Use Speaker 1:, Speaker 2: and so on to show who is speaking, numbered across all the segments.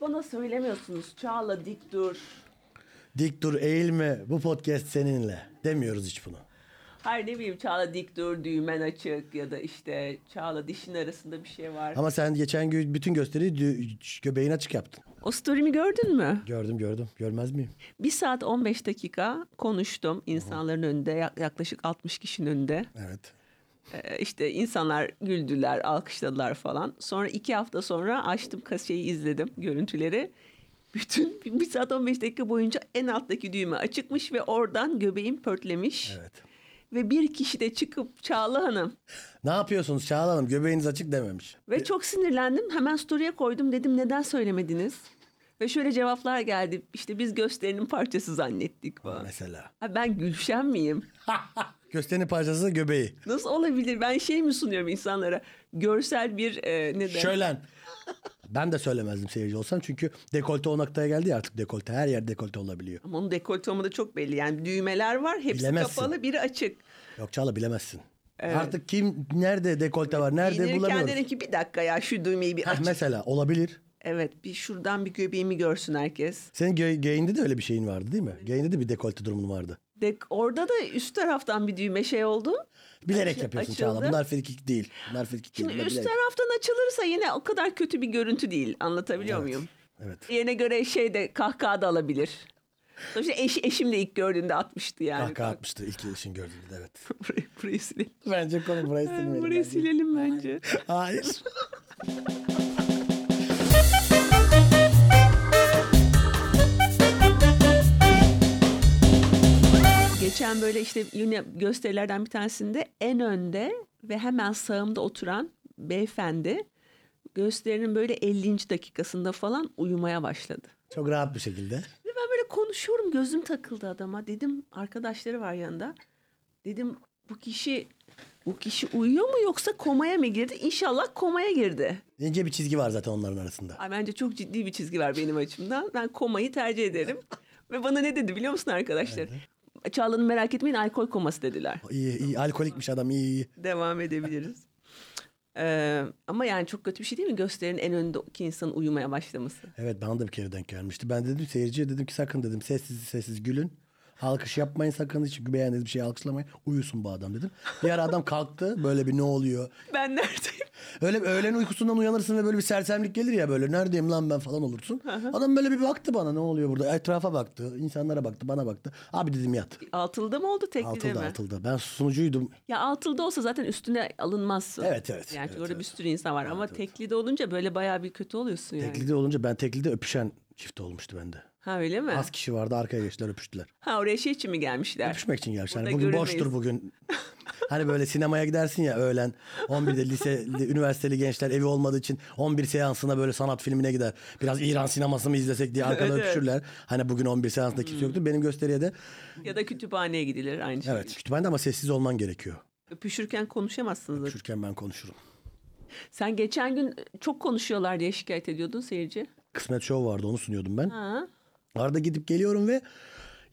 Speaker 1: bana söylemiyorsunuz. Çağla dik dur.
Speaker 2: Dik dur eğilme bu podcast seninle. Demiyoruz hiç bunu.
Speaker 1: Her ne bileyim Çağla dik dur, düğmen açık ya da işte Çağla dişin arasında bir şey var.
Speaker 2: Ama sen geçen gün bütün gösteriyi dü- göbeğin açık yaptın.
Speaker 1: O story'mi gördün mü?
Speaker 2: Gördüm gördüm. Görmez miyim?
Speaker 1: Bir saat 15 dakika konuştum insanların önünde ya- yaklaşık 60 kişinin önünde.
Speaker 2: Evet.
Speaker 1: Ee, işte insanlar güldüler, alkışladılar falan. Sonra iki hafta sonra açtım kaseyi izledim görüntüleri. Bütün bir saat 15 dakika boyunca en alttaki düğme açıkmış ve oradan göbeğim pörtlemiş.
Speaker 2: Evet.
Speaker 1: Ve bir kişi de çıkıp Çağla Hanım
Speaker 2: Ne yapıyorsunuz Çağla Hanım? Göbeğiniz açık dememiş.
Speaker 1: Ve çok sinirlendim. Hemen story'e koydum. Dedim neden söylemediniz? Ve şöyle cevaplar geldi. İşte biz gösterinin parçası zannettik falan.
Speaker 2: Mesela.
Speaker 1: Ha, ben Gülşen miyim?
Speaker 2: Gösterinin parçası da göbeği.
Speaker 1: Nasıl olabilir? Ben şey mi sunuyorum insanlara? Görsel bir e, ne der?
Speaker 2: Şölen. Ben de söylemezdim seyirci olsam çünkü dekolte o noktaya geldi ya artık dekolte. Her yer dekolte olabiliyor.
Speaker 1: Ama onun dekolte olmadığı çok belli. Yani düğmeler var. Hepsi
Speaker 2: Bilemezsin.
Speaker 1: kapalı, biri açık.
Speaker 2: Yok Çağla bilemezsin. Artık kim nerede dekolte var nerede
Speaker 1: Giyinirken
Speaker 2: bulamıyoruz.
Speaker 1: dedim ki bir dakika ya şu düğmeyi bir
Speaker 2: Heh,
Speaker 1: aç.
Speaker 2: mesela olabilir.
Speaker 1: Evet, bir şuradan bir göbeğimi görsün herkes.
Speaker 2: Senin gö- geyinde de öyle bir şeyin vardı değil mi? Geyinde de bir dekolte durumun vardı.
Speaker 1: De orada da üst taraftan bir düğme şey oldu.
Speaker 2: Bilerek
Speaker 1: Açı-
Speaker 2: yapıyorsun
Speaker 1: açıldı.
Speaker 2: Çağla. Bunlar frikik değil. Bunlar frikik değil.
Speaker 1: Şimdi
Speaker 2: Bunlar
Speaker 1: üst
Speaker 2: bilerek.
Speaker 1: taraftan açılırsa yine o kadar kötü bir görüntü değil. Anlatabiliyor
Speaker 2: Evet,
Speaker 1: muyum?
Speaker 2: evet.
Speaker 1: Yerine göre şey de kahkaha da alabilir. Sonuçta eş, eşim de ilk gördüğünde atmıştı yani.
Speaker 2: Kahkaha atmıştı ilk işin gördüğünde evet.
Speaker 1: burayı, burayı silelim.
Speaker 2: Bence konu burayı silmeyelim.
Speaker 1: Burayı
Speaker 2: bence.
Speaker 1: silelim bence.
Speaker 2: Hayır.
Speaker 1: Geçen böyle işte yine gösterilerden bir tanesinde en önde ve hemen sağımda oturan beyefendi gösterinin böyle 50. dakikasında falan uyumaya başladı.
Speaker 2: Çok rahat bir şekilde.
Speaker 1: Ve ben böyle konuşuyorum gözüm takıldı adama. Dedim arkadaşları var yanında. Dedim bu kişi bu kişi uyuyor mu yoksa komaya mı girdi? İnşallah komaya girdi.
Speaker 2: İnce bir çizgi var zaten onların arasında.
Speaker 1: Ay bence çok ciddi bir çizgi var benim açımdan. Ben komayı tercih ederim. Ve bana ne dedi biliyor musun arkadaşlar? Çağla'nın merak etmeyin alkol koması dediler.
Speaker 2: İyi, iyi. Alkolikmiş adam iyi iyi.
Speaker 1: Devam edebiliriz. Ee, ama yani çok kötü bir şey değil mi gösterinin en önündeki insanın uyumaya başlaması?
Speaker 2: Evet bana da bir kere denk gelmişti. Ben dedim seyirciye dedim ki sakın dedim sessiz sessiz gülün. Alkış yapmayın sakın hiç beğendiğiniz bir şey alkışlamayın. Uyusun bu adam dedim. Bir ara adam kalktı böyle bir ne oluyor.
Speaker 1: Ben neredeyim?
Speaker 2: Öyle bir öğlen uykusundan uyanırsın ve böyle bir sersemlik gelir ya böyle neredeyim lan ben falan olursun. Adam böyle bir baktı bana ne oluyor burada. Etrafa baktı, insanlara baktı, bana baktı. Abi dedim yat.
Speaker 1: Altılda mı oldu teklide
Speaker 2: Altılda
Speaker 1: mi?
Speaker 2: altılda. Ben sunucuydum.
Speaker 1: Ya altılda olsa zaten üstüne alınmazsın.
Speaker 2: Evet, evet,
Speaker 1: Yani
Speaker 2: evet,
Speaker 1: orada
Speaker 2: evet.
Speaker 1: bir sürü insan var ama teklide olunca böyle bayağı bir kötü oluyorsun yani.
Speaker 2: Teklide olunca ben teklide öpüşen çift olmuştu bende.
Speaker 1: Ha öyle mi?
Speaker 2: Az kişi vardı arkaya geçtiler öpüştüler.
Speaker 1: Ha oraya şey için mi gelmişler?
Speaker 2: Öpüşmek için gelmiş. Hani
Speaker 1: Burada
Speaker 2: bugün
Speaker 1: görünmeyiz.
Speaker 2: boştur bugün. hani böyle sinemaya gidersin ya öğlen 11'de lise, üniversiteli gençler evi olmadığı için 11 seansına böyle sanat filmine gider. Biraz İran sineması mı izlesek diye arkada
Speaker 1: Evet, Hmm. evet.
Speaker 2: öpüşürler. Hani bugün 11 seansında kimse yoktu. Benim gösteriye de
Speaker 1: Ya da kütüphaneye gidilir aynı şey.
Speaker 2: evet kütüphanede ama sessiz olman gerekiyor.
Speaker 1: Öpüşürken konuşamazsınız. zaten.
Speaker 2: Öpüşürken ben konuşurum.
Speaker 1: Sen geçen gün çok konuşuyorlar diye şikayet ediyordun seyirci.
Speaker 2: Kısmet Show vardı onu sunuyordum ben.
Speaker 1: Ha.
Speaker 2: Arada gidip geliyorum ve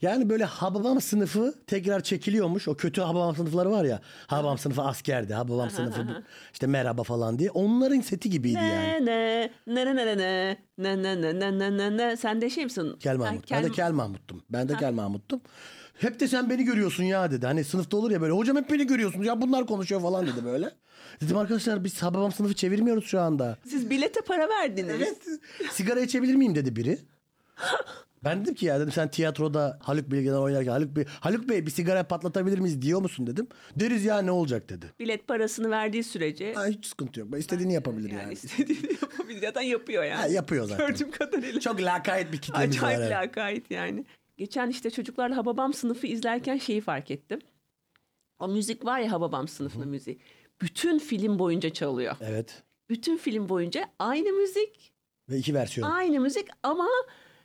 Speaker 2: yani böyle Hababam sınıfı tekrar çekiliyormuş. O kötü Hababam sınıfları var ya. Hababam sınıfı askerdi. Hababam sınıfı bu- işte merhaba falan diye. Onların seti gibiydi yani.
Speaker 1: Ne ne ne ne ne ne ne ne ne ne ne ne ne sen de şey misin?
Speaker 2: Kel
Speaker 1: Ha,
Speaker 2: Mahmut.
Speaker 1: Kel-
Speaker 2: Ben de Kel Mahmut'tum. Ben de Kel Mahmut'tum. Hep de sen beni görüyorsun ya dedi. Hani sınıfta olur ya böyle. Hocam hep beni görüyorsunuz ya bunlar konuşuyor falan dedi böyle. Dedim arkadaşlar biz Hababam sınıfı çevirmiyoruz şu anda.
Speaker 1: Siz bilete para verdiniz.
Speaker 2: Evet. Sigara içebilir miyim dedi biri. Ben dedim ki ya dedim sen tiyatroda Haluk Bilginer oynarken Haluk Bey, Haluk Bey bir sigara patlatabilir miyiz diyor musun dedim. Deriz ya ne olacak dedi.
Speaker 1: Bilet parasını verdiği sürece
Speaker 2: Ha, hiç sıkıntı yok. Ben istediğini yapabilir yani.
Speaker 1: yani istediğini yapabilir. Zaten yapıyor yani.
Speaker 2: Ha, yapıyor zaten.
Speaker 1: Gördüğüm kadarıyla.
Speaker 2: Çok lakayt bir kitlemiz var.
Speaker 1: Acayip
Speaker 2: evet.
Speaker 1: lakayt yani. Geçen işte çocuklarla Hababam sınıfı izlerken şeyi fark ettim. O müzik var ya Hababam sınıfının müziği. Bütün film boyunca çalıyor.
Speaker 2: Evet.
Speaker 1: Bütün film boyunca aynı müzik,
Speaker 2: Ve iki versiyonu.
Speaker 1: aynı müzik ama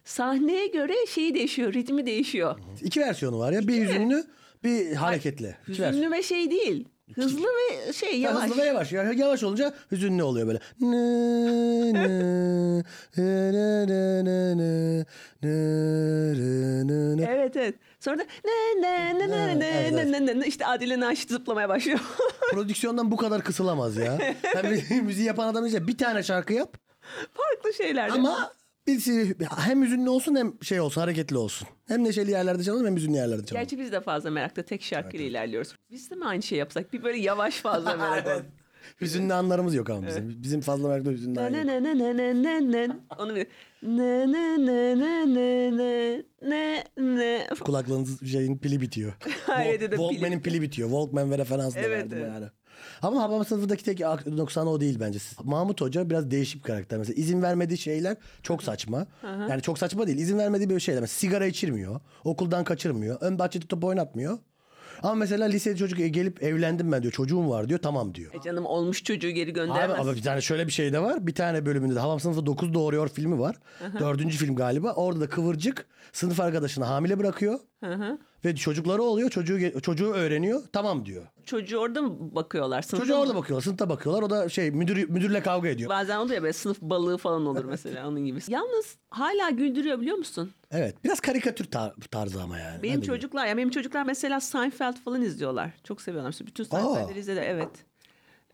Speaker 1: sahneye göre şeyi değişiyor, ritmi değişiyor.
Speaker 2: İki versiyonu var ya. Bir hüzünlü bir hareketli. İki versiyonu.
Speaker 1: Hüzünlü ve şey değil. Hızlı ve şey
Speaker 2: Ya
Speaker 1: yavaş.
Speaker 2: Hızlı ve yavaş. Ya- Yavaş olunca hüzünlü oluyor böyle. Nı, nı, nı, nı, nı, nı, nı, nı, nı, nı.
Speaker 1: Evet evet. Sonra da ne ne ne ne
Speaker 2: evet,
Speaker 1: ne ne ne ne işte Adile Naşit zıplamaya başlıyor.
Speaker 2: Prodüksiyondan bu kadar kısılamaz ya. Hem müziği yapan adam diyecek, bir tane şarkı yap
Speaker 1: Farklı şeyler.
Speaker 2: ama Birisi hem hüzünlü olsun hem şey olsun hareketli olsun. Hem neşeli yerlerde çalalım hem hüzünlü yerlerde çalalım.
Speaker 1: Gerçi biz de fazla merakta tek şarkıyla ilerliyoruz. Biz de mi aynı şey yapsak? Bir böyle yavaş fazla merak olsun.
Speaker 2: Hüzünlü anlarımız yok ama bizim. Bizim fazla meraklı hüzünlü anı
Speaker 1: Ne
Speaker 2: yok.
Speaker 1: ne ne ne ne ne ne onu bir ne ne ne ne ne ne ne ne
Speaker 2: Kulaklığınız şeyin pili bitiyor.
Speaker 1: Hayır,
Speaker 2: Walk-
Speaker 1: de pili
Speaker 2: Walkman'in pili bitiyor. Walkman ve referans da
Speaker 1: Evet,
Speaker 2: verdim
Speaker 1: evet.
Speaker 2: yani. Ama Habam sınıfındaki tek ak- noksan o değil bence. Mahmut Hoca biraz değişik bir karakter. Mesela izin vermediği şeyler çok saçma. yani çok saçma değil. İzin vermediği böyle şeyler. Mesela sigara içirmiyor. Okuldan kaçırmıyor. Ön bahçede top oynatmıyor. Ama mesela lisede çocuk "E, gelip evlendim ben diyor. Çocuğum var diyor. Tamam diyor.
Speaker 1: E canım olmuş çocuğu geri
Speaker 2: Abi,
Speaker 1: göndermez.
Speaker 2: ama bir tane şöyle bir şey de var. Bir tane bölümünde de Havam Sınıfı 9 Doğuruyor filmi var. Dördüncü film galiba. Orada da Kıvırcık sınıf arkadaşını hamile bırakıyor. Ve çocukları oluyor. Çocuğu ge- çocuğu öğreniyor. Tamam diyor.
Speaker 1: Çocuğu orada mı bakıyorlar? Sınıf
Speaker 2: Çocuğa orada bakıyorlar. Sınıfta bakıyorlar. O da şey müdür müdürle kavga ediyor.
Speaker 1: Bazen oluyor ya böyle sınıf balığı falan olur mesela onun gibi. Yalnız hala güldürüyor biliyor musun?
Speaker 2: Evet. Biraz karikatür tar- tarzı ama yani.
Speaker 1: Benim
Speaker 2: Ben de-
Speaker 1: çocuklar ya benim çocuklar mesela Seinfeld falan izliyorlar. Çok seviyorlar. Bütün Seinfeld'leri izlediler evet.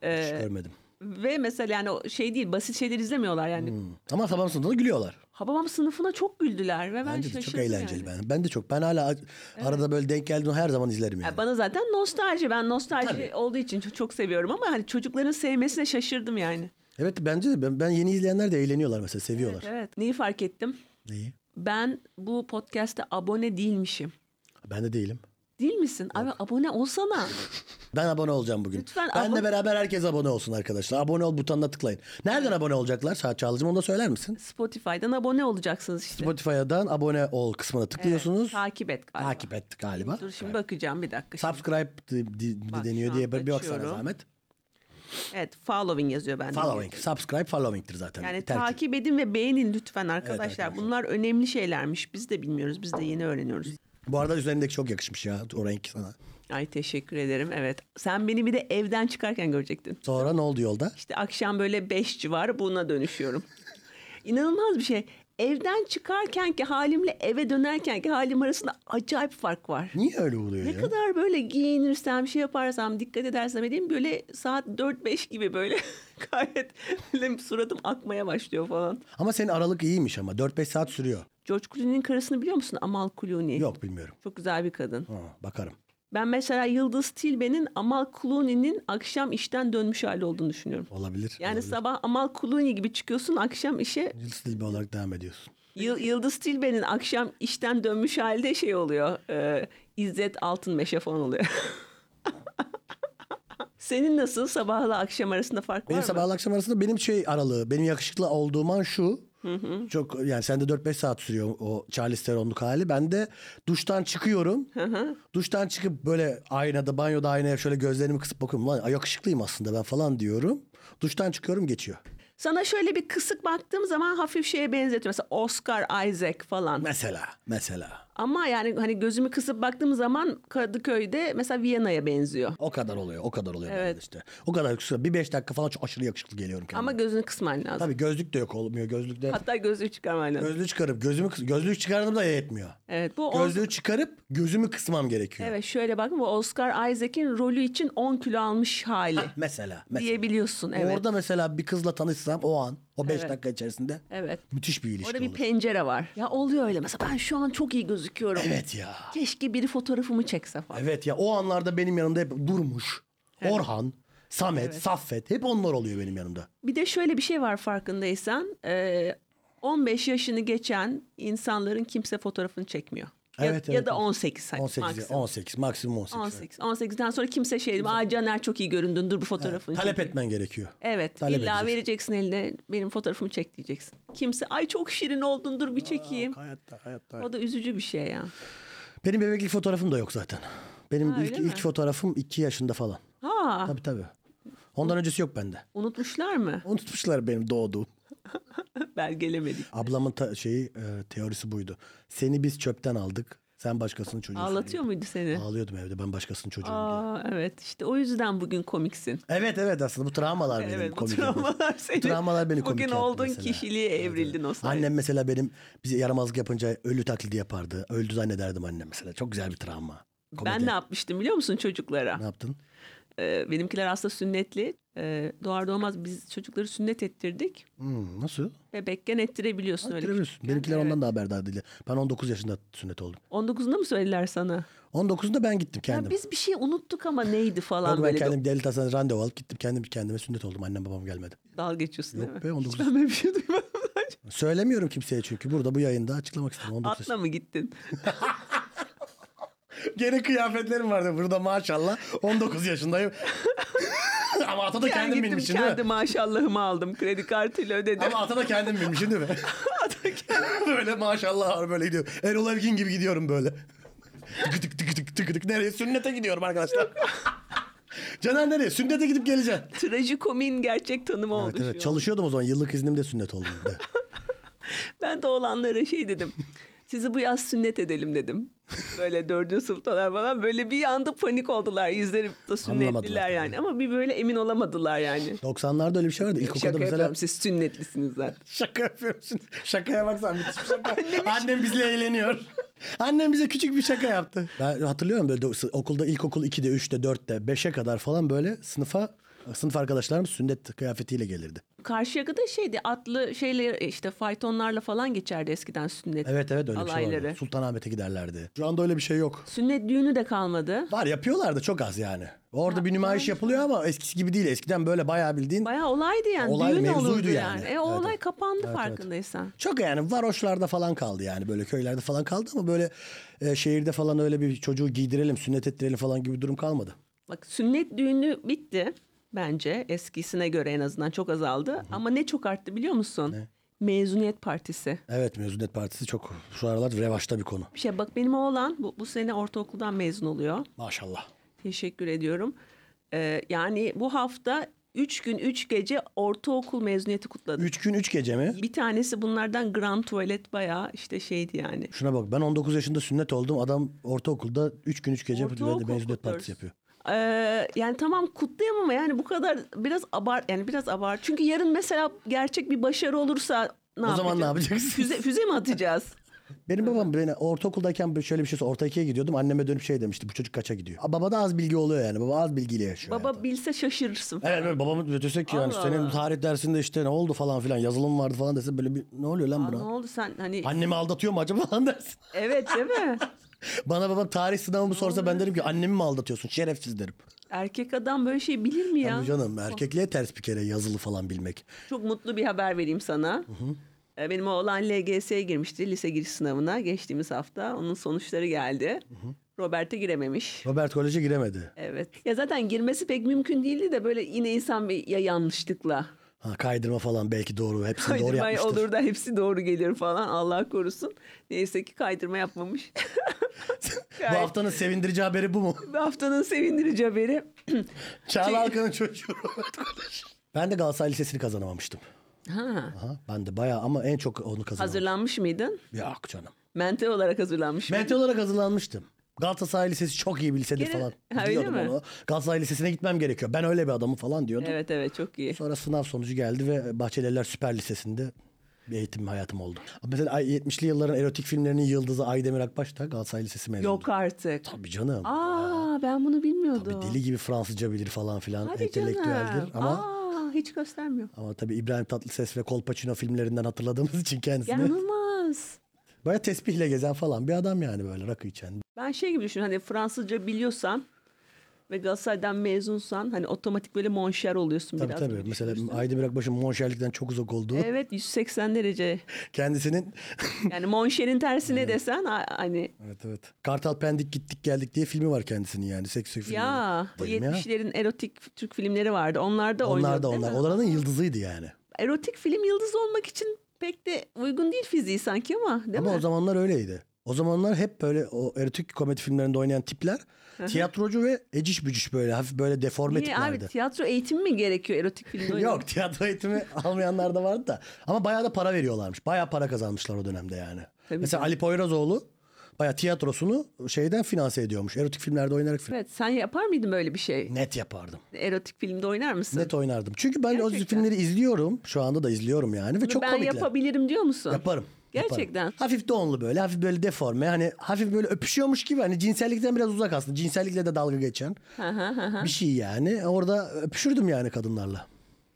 Speaker 1: Ee,
Speaker 2: Hiç görmedim.
Speaker 1: Ve mesela yani o şey değil basit şeyleri izlemiyorlar yani.
Speaker 2: Ama Havam Sınıfı'nda da gülüyorlar.
Speaker 1: Hababam sınıfına çok güldüler ve ben
Speaker 2: Bence de
Speaker 1: şaşırdım
Speaker 2: çok eğlenceli
Speaker 1: yani.
Speaker 2: ben. Ben de çok. Ben hala a- arada böyle denk geldiğinde her zaman izlerim yani.
Speaker 1: Ya Bana zaten nostalji. Ben nostalji
Speaker 2: Tabii.
Speaker 1: olduğu için çok, çok seviyorum ama hani çocukların sevmesine şaşırdım yani.
Speaker 2: Evet bence de. Ben, ben yeni izleyenler de eğleniyorlar mesela. Seviyorlar.
Speaker 1: Evet. Neyi fark ettim?
Speaker 2: Neyi?
Speaker 1: Ben bu podcast'te abone değilmişim.
Speaker 2: Ben de değilim.
Speaker 1: Değil misin? Abi abone olsana.
Speaker 2: Ben abone olacağım bugün.
Speaker 1: Lütfen
Speaker 2: Benle
Speaker 1: abone-
Speaker 2: beraber herkes abone olsun arkadaşlar. Abone ol butonuna tıklayın. Nereden abone olacaklar? Saat Çağlıcığım onu da söyler misin?
Speaker 1: Spotify'dan abone olacaksınız işte.
Speaker 2: Spotify'dan abone ol kısmına tıklıyorsunuz.
Speaker 1: Takip et galiba.
Speaker 2: Takip et galiba.
Speaker 1: Dur şimdi bakacağım bir dakika. Şimdi.
Speaker 2: Subscribe di- di-
Speaker 1: Bak,
Speaker 2: deniyor
Speaker 1: şu
Speaker 2: diye
Speaker 1: an
Speaker 2: bir baksana
Speaker 1: açıyorum.
Speaker 2: zahmet.
Speaker 1: Evet following yazıyor bende.
Speaker 2: Following. Subscribe following'tir zaten.
Speaker 1: Yani
Speaker 2: Tercih.
Speaker 1: takip edin ve beğenin lütfen arkadaşlar.
Speaker 2: arkadaşlar.
Speaker 1: Bunlar önemli şeylermiş. Biz de bilmiyoruz. Biz de yeni öğreniyoruz.
Speaker 2: Bu arada üzerindeki çok yakışmış ya o renk sana.
Speaker 1: Ay teşekkür ederim. Evet. Sen beni bir de evden çıkarken görecektin.
Speaker 2: Sonra ne oldu yolda?
Speaker 1: İşte akşam böyle 5 civarı buna dönüşüyorum. İnanılmaz bir şey. Evden çıkarken ki halimle eve dönerken ki halim arasında acayip fark var.
Speaker 2: Niye öyle oluyor
Speaker 1: Ne
Speaker 2: ya?
Speaker 1: kadar böyle giyinirsem, şey yaparsam, dikkat edersem edeyim böyle saat 4-5 gibi böyle gayet böyle suratım akmaya başlıyor falan.
Speaker 2: Ama senin aralık iyiymiş ama 4-5 saat sürüyor.
Speaker 1: George Clooney'nin karısını biliyor musun? Amal Clooney.
Speaker 2: Yok bilmiyorum.
Speaker 1: Çok güzel bir kadın.
Speaker 2: Ha, bakarım.
Speaker 1: Ben mesela Yıldız Tilbe'nin Amal Clooney'nin akşam işten dönmüş hali olduğunu düşünüyorum.
Speaker 2: Olabilir.
Speaker 1: Yani
Speaker 2: olabilir.
Speaker 1: sabah Amal Clooney gibi çıkıyorsun akşam işe
Speaker 2: Yıldız Tilbe olarak devam ediyorsun.
Speaker 1: Yıl- Yıldız Tilbe'nin akşam işten dönmüş halde şey oluyor. E, İzzet Altın Meşe falan oluyor. Senin nasıl sabahla akşam arasında fark
Speaker 2: Benim
Speaker 1: var mı?
Speaker 2: sabahla akşam arasında benim şey aralığı, benim yakışıklı olduğum an şu. Çok yani sende 4-5 saat sürüyor o Charles Theron'luk hali. Ben de duştan çıkıyorum. Duştan çıkıp böyle aynada, banyoda aynaya şöyle gözlerimi kısıp bakıyorum. Lan yakışıklıyım aslında ben falan diyorum. Duştan çıkıyorum geçiyor.
Speaker 1: Sana şöyle bir kısık baktığım zaman hafif şeye benzetiyor. Mesela Oscar Isaac falan.
Speaker 2: Mesela, mesela.
Speaker 1: Ama yani hani gözümü kısıp baktığım zaman Kadıköy'de mesela Viyana'ya benziyor.
Speaker 2: O kadar oluyor, o kadar oluyor
Speaker 1: Evet.
Speaker 2: bende işte. O kadar yakışıklı. Bir 5 dakika falan çok aşırı yakışıklı geliyorum kendime.
Speaker 1: Ama gözünü kısman lazım.
Speaker 2: Tabii gözlük de yok olmuyor. Gözlükte
Speaker 1: Hatta gözlüğü çıkarman lazım.
Speaker 2: gözlüğü çıkarıp gözümü kıs- gözlüğü çıkardım da yetmiyor.
Speaker 1: Evet bu on-
Speaker 2: Gözlüğü çıkarıp gözümü kısmam gerekiyor.
Speaker 1: Evet şöyle bakın bu Oscar Isaac'in rolü için 10 kilo almış hali
Speaker 2: Mesela, mesela.
Speaker 1: diyebiliyorsun. Evet.
Speaker 2: Orada mesela bir kızla tanışsam o an, o 5
Speaker 1: Evet.
Speaker 2: dakika içerisinde
Speaker 1: Evet.
Speaker 2: müthiş bir ilişki
Speaker 1: Orada bir
Speaker 2: olur.
Speaker 1: pencere var. Ya oluyor öyle. Mesela ben şu an çok iyi gözüküyorum.
Speaker 2: Evet ya.
Speaker 1: Keşke biri fotoğrafımı çekse falan.
Speaker 2: Evet ya. O anlarda benim yanımda hep Durmuş, Orhan, Samet, Saffet hep onlar oluyor benim yanımda.
Speaker 1: Bir de şöyle bir şey var farkındaysan. Ee, 15 yaşını geçen insanların kimse fotoğrafını çekmiyor. Ya,
Speaker 2: Evet,
Speaker 1: ya
Speaker 2: evet,
Speaker 1: da
Speaker 2: evet.
Speaker 1: 18 hani
Speaker 2: 18,
Speaker 1: maksimum.
Speaker 2: 18, maksimum 18.
Speaker 1: 18. 18'den sonra kimse şey demiyor. Aa Caner çok iyi göründün. Dur bu fotoğrafını
Speaker 2: Talep
Speaker 1: çek."
Speaker 2: etmen gerekiyor.
Speaker 1: Evet.
Speaker 2: Talep
Speaker 1: illa
Speaker 2: edeceksin.
Speaker 1: vereceksin eline. Benim fotoğrafımı çek diyeceksin. Kimse ay çok şirin oldun dur bir çekeyim.
Speaker 2: Hayatta, hayatta.
Speaker 1: O da üzücü bir şey ya.
Speaker 2: Benim bebeklik fotoğrafım da yok zaten. Benim
Speaker 1: Ha,
Speaker 2: ilk,
Speaker 1: öyle mi? Ah.
Speaker 2: ilk fotoğrafım 2 yaşında falan.
Speaker 1: Ha
Speaker 2: Tabii tabii. Ondan öncesi yok bende.
Speaker 1: unutmuşlar mı?
Speaker 2: Unutmuşlar benim doğduğum.
Speaker 1: Belgelemedik.
Speaker 2: Ablamın ta- şeyi e, teorisi buydu. Seni biz çöpten aldık. Sen başkasının çocuğusun.
Speaker 1: Ağlatıyor muydu seni?
Speaker 2: Ağlıyordum evde ben başkasının çocuğum diye.
Speaker 1: Aa, evet işte o yüzden bugün komiksin.
Speaker 2: Evet evet aslında bu travmalar benim
Speaker 1: Evet bu
Speaker 2: komik. yapıyor.
Speaker 1: travmalar seni
Speaker 2: Travmalar beni komik
Speaker 1: bugün
Speaker 2: yaptı
Speaker 1: olduğun
Speaker 2: mesela.
Speaker 1: kişiliğe evrildin o sayede.
Speaker 2: Annem mesela benim bize yaramazlık yapınca ölü taklidi yapardı. Öldü zannederdim annem mesela. Çok güzel bir travma. Komedi.
Speaker 1: Ben ne yapmıştım biliyor musun çocuklara?
Speaker 2: Ne yaptın?
Speaker 1: Ee, benimkiler aslında sünnetli. Ee, doğar doğmaz biz çocukları sünnet ettirdik.
Speaker 2: Hmm, nasıl?
Speaker 1: Bebekken ettirebiliyorsun öyle. şey.
Speaker 2: Hatırlamıyorsun.
Speaker 1: küçükken.
Speaker 2: Benimkiler
Speaker 1: Evet.
Speaker 2: ondan da haberdar değil. Ben 19 yaşında sünnet oldum.
Speaker 1: 19'unda mı söylediler sana?
Speaker 2: 19'unda ben gittim
Speaker 1: Ya
Speaker 2: kendim.
Speaker 1: biz bir şey unuttuk ama neydi falan
Speaker 2: Yok, ben
Speaker 1: böyle bir
Speaker 2: kendim devlet hastanede randevu alıp gittim kendim kendime sünnet oldum. Annem babam gelmedi.
Speaker 1: dalga geçiyorsun
Speaker 2: Yok
Speaker 1: değil mi?
Speaker 2: be, 19.
Speaker 1: Hiç ben böyle bir şey duymadım.
Speaker 2: Söylemiyorum kimseye çünkü burada bu yayında açıklamak istedim. 19
Speaker 1: Atla mı gittin?
Speaker 2: Gene kıyafetlerim vardı burada maşallah. 19 yaşındayım. Ama ata da
Speaker 1: Ben
Speaker 2: kendim
Speaker 1: gittim
Speaker 2: binmişim değil
Speaker 1: kendi
Speaker 2: mi?
Speaker 1: maşallahımı aldım. Kredi kartıyla ödedim.
Speaker 2: Ama ata da kendim binmişim değil mi? böyle maşallah var böyle gidiyorum. Erol Evgin gibi gidiyorum böyle. Tık tık tık tık tık tık. Nereye? Sünnete gidiyorum arkadaşlar. Caner nereye? Sünnete gidip geleceğim.
Speaker 1: Trajikomin gerçek tanımı
Speaker 2: Evet,
Speaker 1: oldu şu
Speaker 2: evet.
Speaker 1: an.
Speaker 2: Çalışıyordum o zaman. Yıllık iznimde sünnet oldum. bir de.
Speaker 1: Ben de oğlanlara şey dedim. Sizi bu yaz sünnet edelim dedim. Böyle dördüncü sınıftalar falan böyle bir anda panik oldular. Yüzleri de
Speaker 2: Anlamadılar.
Speaker 1: sünnetliler yani. Ama bir böyle emin olamadılar yani.
Speaker 2: 90'larda öyle bir şey vardı. İlkokulda
Speaker 1: Şaka
Speaker 2: mesela
Speaker 1: yapıyorum siz sünnetlisiniz zaten.
Speaker 2: Şaka yapıyorsun. Şakaya baksan müthiş bir şaka. Annem bizle eğleniyor. Annem bize küçük bir şaka yaptı. Ben hatırlıyorum böyle do- okulda ilkokul 2'de, 3'te, 4'te, 5'e kadar falan böyle sınıfa sınıf arkadaşlarım sünnet kıyafetiyle gelirdi.
Speaker 1: Karşıyaka'da şeydi atlı şeyler işte faytonlarla falan geçerdi eskiden sünnet.
Speaker 2: Evet evet öyle bir şey
Speaker 1: Alayları.
Speaker 2: vardı. Sultanahmet'e giderlerdi. Şu anda öyle bir şey yok.
Speaker 1: Sünnet düğünü de kalmadı.
Speaker 2: Var yapıyorlar da çok az yani. Orada bir nümayiş yapılıyor ama eskisi gibi değil. Eskiden böyle bayağı bildiğin
Speaker 1: Bayağı olaydı yani.
Speaker 2: Olay,
Speaker 1: Düğün
Speaker 2: mevzuydu
Speaker 1: olurdu
Speaker 2: yani.
Speaker 1: yani.
Speaker 2: Evet,
Speaker 1: E o olay
Speaker 2: evet.
Speaker 1: kapandı
Speaker 2: Evet,
Speaker 1: farkındaysan.
Speaker 2: Çok yani varoşlarda falan kaldı yani böyle köylerde falan kaldı ama böyle e, şehirde falan öyle bir çocuğu giydirelim, sünnet ettirelim falan gibi bir durum kalmadı.
Speaker 1: Bak sünnet düğünü bitti bence eskisine göre en azından çok azaldı. Ama ne çok arttı biliyor musun? Mezuniyet partisi.
Speaker 2: Evet mezuniyet partisi çok şu aralar revaçta bir konu.
Speaker 1: Bir şey bak benim oğlan bu, bu sene ortaokuldan mezun oluyor.
Speaker 2: Maşallah.
Speaker 1: Teşekkür ediyorum. Ee, yani bu hafta 3 gün 3 gece ortaokul mezuniyeti kutladık.
Speaker 2: Üç gün üç gece mi?
Speaker 1: Bir tanesi bunlardan grand tuvalet bayağı işte şeydi yani.
Speaker 2: Şuna bak ben 19 yaşında sünnet oldum. Adam ortaokulda üç gün üç gece
Speaker 1: Ortaokul
Speaker 2: mezuniyet
Speaker 1: kutlarız.
Speaker 2: partisi yapıyor.
Speaker 1: Ee, yani tamam kutlayamam ama yani bu kadar biraz abart yani biraz abart. Çünkü yarın mesela gerçek bir başarı olursa ne
Speaker 2: O zaman ne
Speaker 1: yapacağız?
Speaker 2: yapacaksın?
Speaker 1: Füze, füze mi atacağız?
Speaker 2: Benim babam beni ortaokuldayken böyle şöyle bir şey sordu. Orta ikiye gidiyordum. Anneme dönüp şey demişti. Bu çocuk kaça gidiyor? Baba da az bilgi oluyor yani. Baba az bilgiyle yaşıyor. hayatı.
Speaker 1: Baba bilse şaşırırsın.
Speaker 2: Evet evet babamın ötesi ki yani
Speaker 1: Allah
Speaker 2: senin
Speaker 1: Allah.
Speaker 2: tarih dersinde işte ne oldu falan filan yazılım vardı falan dese böyle bir ne oluyor lan
Speaker 1: Aa, ne
Speaker 2: buna?
Speaker 1: oldu sen hani
Speaker 2: Annemi aldatıyor mu acaba falan dersin.
Speaker 1: evet değil mi?
Speaker 2: Bana babam tarih sınavımı sorsa ben derim ki annemi mi aldatıyorsun şerefsiz derim.
Speaker 1: Erkek adam böyle şey bilir mi ya?
Speaker 2: Tabii canım erkekliğe ters bir kere yazılı falan bilmek.
Speaker 1: Çok mutlu bir haber vereyim sana. Ee, Benim oğlan LGS'ye girmişti lise giriş sınavına geçtiğimiz hafta. Onun sonuçları geldi. Robert'e girememiş.
Speaker 2: Robert koleje giremedi.
Speaker 1: Evet. Ya zaten girmesi pek mümkün değildi de böyle yine insan bir ya yanlışlıkla
Speaker 2: Ha, kaydırma falan belki doğru hepsini doğru
Speaker 1: kaydırma
Speaker 2: yapmıştır.
Speaker 1: olur da hepsi doğru gelir falan Allah korusun. Neyse ki kaydırma yapmamış.
Speaker 2: Bu haftanın sevindirici haberi bu mu?
Speaker 1: Bu haftanın sevindirici haberi. Şey-
Speaker 2: Çağla Alkan'ın çocuğu Robert Kolej. Ben de Galatasaray Lisesi'ni kazanamamıştım.
Speaker 1: Ha,
Speaker 2: Aha, ben de bayağı ama en çok onu kazanamadım.
Speaker 1: hazırlanmış mıydın?
Speaker 2: Yok canım.
Speaker 1: Mental olarak hazırlanmış mıydın?
Speaker 2: Mental olarak hazırlanmıştım. Galatasaray Lisesi çok iyi bir lisedir
Speaker 1: Gene-
Speaker 2: falan.
Speaker 1: Ha, öyle
Speaker 2: Diyordum
Speaker 1: mi?
Speaker 2: onu. Galatasaray Lisesi'ne gitmem gerekiyor. Ben öyle bir adamım falan diyordum.
Speaker 1: Evet evet çok iyi.
Speaker 2: Sonra sınav sonucu geldi ve Bahçelievler Süper Lisesi'nde bir eğitim hayatım oldu. Mesela ay- 70'li yılların erotik filmlerinin yıldızı Aydemir Akbaş da Galatasaray Lisesi mezunu.
Speaker 1: Yok artık.
Speaker 2: Tabii canım.
Speaker 1: Aa ben bunu
Speaker 2: Bir
Speaker 1: bilmiyordum.
Speaker 2: deli gibi Fransızca bilir falan filan.
Speaker 1: Hadi
Speaker 2: entelektüeldir
Speaker 1: canım.
Speaker 2: ama
Speaker 1: Aa hiç göstermiyor.
Speaker 2: ama tabii İbrahim Tatlıses ve Kolpaçino filmlerinden hatırladığımız için kendisini.
Speaker 1: Yanılmaz.
Speaker 2: Baya tespihle gezen falan bir adam yani böyle rakı içen.
Speaker 1: Ben şey gibi düşünüyorum hani Fransızca biliyorsan ve Galatasaray'dan mezunsan hani otomatik böyle monşer oluyorsun
Speaker 2: Tabii
Speaker 1: biraz.
Speaker 2: tabii.
Speaker 1: gibi düşünürsün.
Speaker 2: Mesela Aydemir Akbaş'ın monşerlikten çok uzak olduğu
Speaker 1: Evet 180 derece.
Speaker 2: kendisinin
Speaker 1: Yani monşerin tersine desen a- hani
Speaker 2: Evet evet. Kartal Pendik gittik geldik diye filmi var kendisinin yani. Seks filmi.
Speaker 1: ya bu
Speaker 2: Derim ya.
Speaker 1: 70'lerin erotik Türk filmleri vardı. Onlar da
Speaker 2: Onlar
Speaker 1: oynuyordu
Speaker 2: da
Speaker 1: değil
Speaker 2: onlar.
Speaker 1: mi?
Speaker 2: Onların yıldızıydı yani.
Speaker 1: Erotik film yıldız olmak için pek de uygun değil fiziği sanki ama değil
Speaker 2: Ama
Speaker 1: mi?
Speaker 2: o zamanlar öyleydi. O zamanlar hep böyle o erotik komedi filmlerinde oynayan tipler tiyatrocu ve eciş bücüş böyle hafif böyle deforme
Speaker 1: Niye abi
Speaker 2: tiplerdi.
Speaker 1: tiyatro eğitimi mi gerekiyor erotik filmde? oynamak?
Speaker 2: Yok tiyatro eğitimi almayanlar da vardı da. Ama bayağı da para veriyorlarmış. Bayağı para kazanmışlar o dönemde yani.
Speaker 1: Tabii
Speaker 2: Mesela Ali Poyrazoğlu bayağı tiyatrosunu şeyden finanse ediyormuş. Erotik filmlerde oynayarak filan.
Speaker 1: Evet sen yapar mıydın böyle bir şey?
Speaker 2: Net yapardım.
Speaker 1: Erotik filmde oynar mısın?
Speaker 2: Net oynardım. Çünkü ben o
Speaker 1: Gerçekten.
Speaker 2: filmleri izliyorum. Şu anda da izliyorum yani ve çok
Speaker 1: ben
Speaker 2: komikler.
Speaker 1: yapabilirim diyor musun?
Speaker 2: Yaparım.
Speaker 1: Gerçekten.
Speaker 2: Yaparım. Hafif donlu böyle hafif böyle deforme hani hafif böyle öpüşüyormuş gibi hani cinsellikten biraz uzak aslında. Cinsellikle de dalga geçen bir şey yani. Orada öpüşürdüm yani kadınlarla.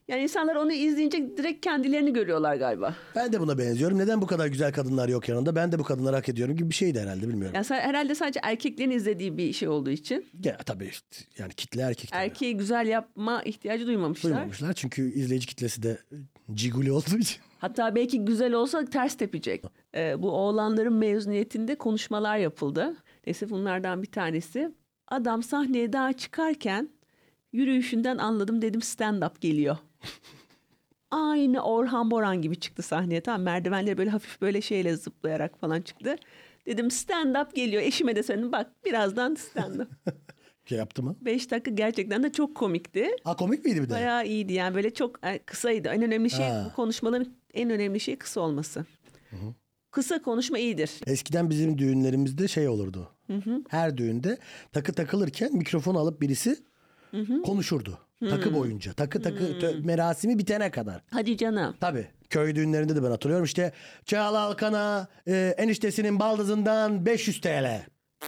Speaker 1: Yani insanlar onu izleyince direkt kendilerini görüyorlar galiba.
Speaker 2: Ben de buna benziyorum. Neden bu kadar güzel kadınlar yok yanında? Ben de bu kadınları hak ediyorum gibi bir şeydi herhalde bilmiyorum.
Speaker 1: Yani sa- herhalde sadece erkeklerin izlediği bir şey olduğu için
Speaker 2: Ya, tabii işte, yani kitle erkek. tabii.
Speaker 1: erkeği güzel yapma ihtiyacı duymamışlar.
Speaker 2: Duymamışlar çünkü izleyici kitlesi de ciguli olduğu için.
Speaker 1: Hatta belki güzel olsa ters tepecek. Ee, bu oğlanların mezuniyetinde konuşmalar yapıldı. Neyse bunlardan bir tanesi. Adam sahneye daha çıkarken yürüyüşünden anladım dedim stand-up geliyor. Aynı Orhan Boran gibi çıktı sahneye. Tamam merdivenleri böyle hafif böyle şeyle zıplayarak falan çıktı. Dedim stand-up geliyor. Eşime de senin bak birazdan stand-up.
Speaker 2: Şey yaptı mı?
Speaker 1: 5 dakika gerçekten de çok komikti.
Speaker 2: Ha komik miydi bir de?
Speaker 1: Bayağı iyiydi yani böyle çok e, kısaydı. En önemli şey
Speaker 2: Ha.
Speaker 1: bu konuşmaların en önemli şey kısa olması. Kısa konuşma iyidir.
Speaker 2: Eskiden bizim düğünlerimizde şey olurdu. Her düğünde takı takılırken mikrofon alıp birisi konuşurdu. Takı boyunca. Takı takı tö- merasimi bitene kadar.
Speaker 1: Hadi canım.
Speaker 2: Tabii. Köy düğünlerinde de ben hatırlıyorum. İşte Çağla Alkan'a e, eniştesinin baldızından 500 TL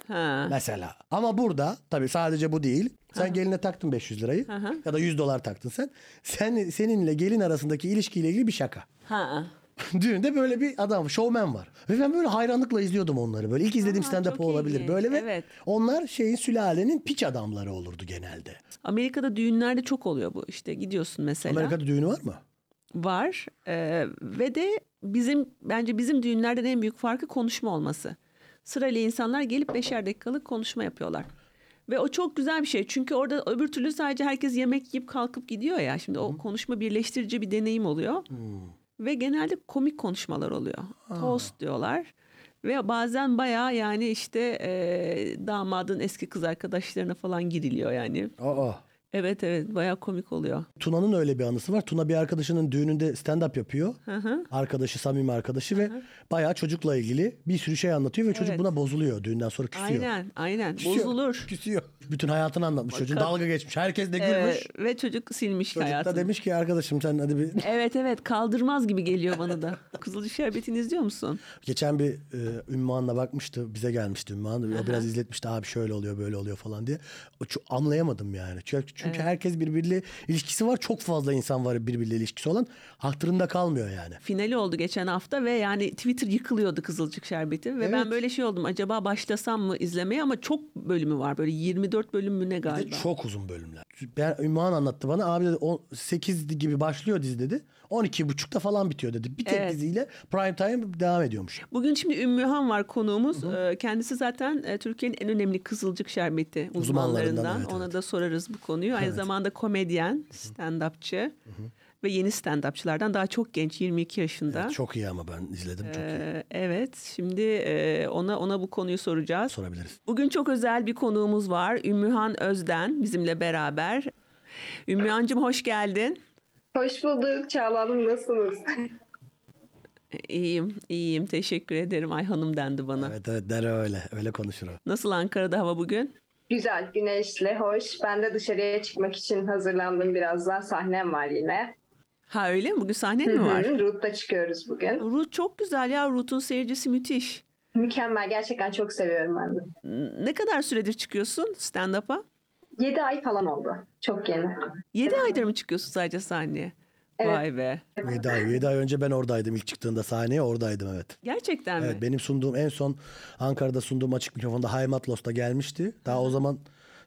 Speaker 1: Ha.
Speaker 2: mesela. Ama burada tabii sadece bu değil. Sen geline taktın 500 lirayı ya da 100 dolar taktın sen. Sen seninle gelin arasındaki ilişkiyle ilgili bir şaka.
Speaker 1: Ha.
Speaker 2: Düğünde böyle bir adam, şovmen var. Ve ben böyle hayranlıkla izliyordum onları. Böyle ilk izlediğim
Speaker 1: Aa,
Speaker 2: stand-up
Speaker 1: çok
Speaker 2: o olabilir.
Speaker 1: ilginç,
Speaker 2: Böyle ve
Speaker 1: evet.
Speaker 2: onlar şeyin sülalenin piç adamları olurdu genelde.
Speaker 1: Amerika'da düğünlerde çok oluyor bu. İşte gidiyorsun mesela.
Speaker 2: Amerika'da düğünü var mı?
Speaker 1: Var. Ee, ve de bizim bence bizim düğünlerden en büyük farkı konuşma olması. Sırayla insanlar gelip beşer dakikalık konuşma yapıyorlar. Ve o çok güzel bir şey. Çünkü orada öbür türlü sadece herkes yemek yiyip kalkıp gidiyor ya. Şimdi o konuşma birleştirici bir deneyim oluyor. Ve genelde komik konuşmalar oluyor. Toast diyorlar. Ve bazen bayağı yani işte e, damadın eski kız arkadaşlarına falan giriliyor yani.
Speaker 2: Aa.
Speaker 1: Evet evet bayağı komik oluyor.
Speaker 2: Tuna'nın öyle bir anısı var. Tuna bir arkadaşının düğününde stand-up yapıyor. Arkadaşı, samimi arkadaşı ve bayağı çocukla ilgili bir sürü şey anlatıyor ve çocuk
Speaker 1: Evet.
Speaker 2: buna bozuluyor düğünden sonra küsüyor.
Speaker 1: Aynen aynen
Speaker 2: Küsüyor,
Speaker 1: bozulur.
Speaker 2: Küsüyor. Bütün hayatını anlatmış çocuğun. Dalga geçmiş. Herkes de
Speaker 1: Ee,
Speaker 2: gülmüş.
Speaker 1: ve çocuk silmiş
Speaker 2: Çocuk da
Speaker 1: hayatını.
Speaker 2: demiş ki arkadaşım sen hadi bir
Speaker 1: Evet evet kaldırmaz gibi geliyor bana da. Kızılcık şerbetini izliyor musun?
Speaker 2: Geçen bir e, Ünvan'la bakmıştı. Bize gelmişti Ünvan. O biraz izletmişti. Abi şöyle oluyor böyle oluyor falan diye. O çok anlayamadım yani. Çünkü, çünkü herkes birbiriyle ilişkisi var. Çok fazla insan var birbiriyle ilişkisi olan. Hatırında kalmıyor yani.
Speaker 1: Finali oldu geçen hafta ve yani Twitter yıkılıyordu Kızılcık Şerbeti. Ve ben
Speaker 2: Evet.
Speaker 1: böyle şey oldum acaba başlasam mı izlemeye ama çok bölümü var. Böyle 24 bölüm mü ne
Speaker 2: Bir de
Speaker 1: galiba.
Speaker 2: çok uzun bölümler. Ben Ünvan anlattı bana. Abi dedi 8 gibi başlıyor dizi dedi. 12.30'da falan bitiyor dedi. Bir tek
Speaker 1: Evet.
Speaker 2: diziyle prime time devam ediyormuş.
Speaker 1: Bugün şimdi Ümmühan var konuğumuz. Ee, Kendisi zaten e, Türkiye'nin en önemli Kızılcık Şerbeti
Speaker 2: Uzmanlarından,
Speaker 1: uzmanlarından.
Speaker 2: evet,
Speaker 1: Ona
Speaker 2: evet.
Speaker 1: da sorarız bu konuyu. Aynı zamanda komedyen, stand-upçı ve yeni stand-upçılardan daha çok genç 22 yaşında.
Speaker 2: Çok iyi ama ben izledim. Çok iyi.
Speaker 1: Ee, evet, şimdi e, ona ona bu konuyu soracağız.
Speaker 2: Sorabiliriz.
Speaker 1: Bugün çok özel bir konuğumuz var. Ümmühan Özden bizimle beraber. Ümmühan'cığım hoş geldin.
Speaker 3: Hoş bulduk Çağla Hanım nasılsınız?
Speaker 1: İyiyim, iyiyim. Teşekkür ederim. Ay hanım dendi bana.
Speaker 2: Evet evet der öyle. Öyle konuşur o.
Speaker 1: Nasıl Ankara'da hava bugün?
Speaker 3: Güzel, güneşli, hoş. Ben de dışarıya çıkmak için hazırlandım biraz daha. Sahnem var yine.
Speaker 1: Ha öyle mi? Bugün sahnen
Speaker 3: Hı
Speaker 1: mi
Speaker 3: hı,
Speaker 1: var?
Speaker 3: Root'ta çıkıyoruz bugün.
Speaker 1: Ruth çok güzel ya. Ruth'un seyircisi müthiş.
Speaker 3: Mükemmel, gerçekten çok seviyorum ben de.
Speaker 1: N- Ne kadar süredir çıkıyorsun stand-up'a?
Speaker 3: 7 ay falan oldu. Çok yeni.
Speaker 1: 7 aydır mı çıkıyorsun sadece sahneye?
Speaker 3: Evet.
Speaker 1: Vay be.
Speaker 2: 7 ay, 7 ay önce ben oradaydım ilk çıktığında sahneye oradaydım evet.
Speaker 1: Gerçekten mi?
Speaker 2: Evet benim sunduğum en son Ankara'da sunduğum açık mikrofonda Haymat Lost'a gelmişti. Daha o zaman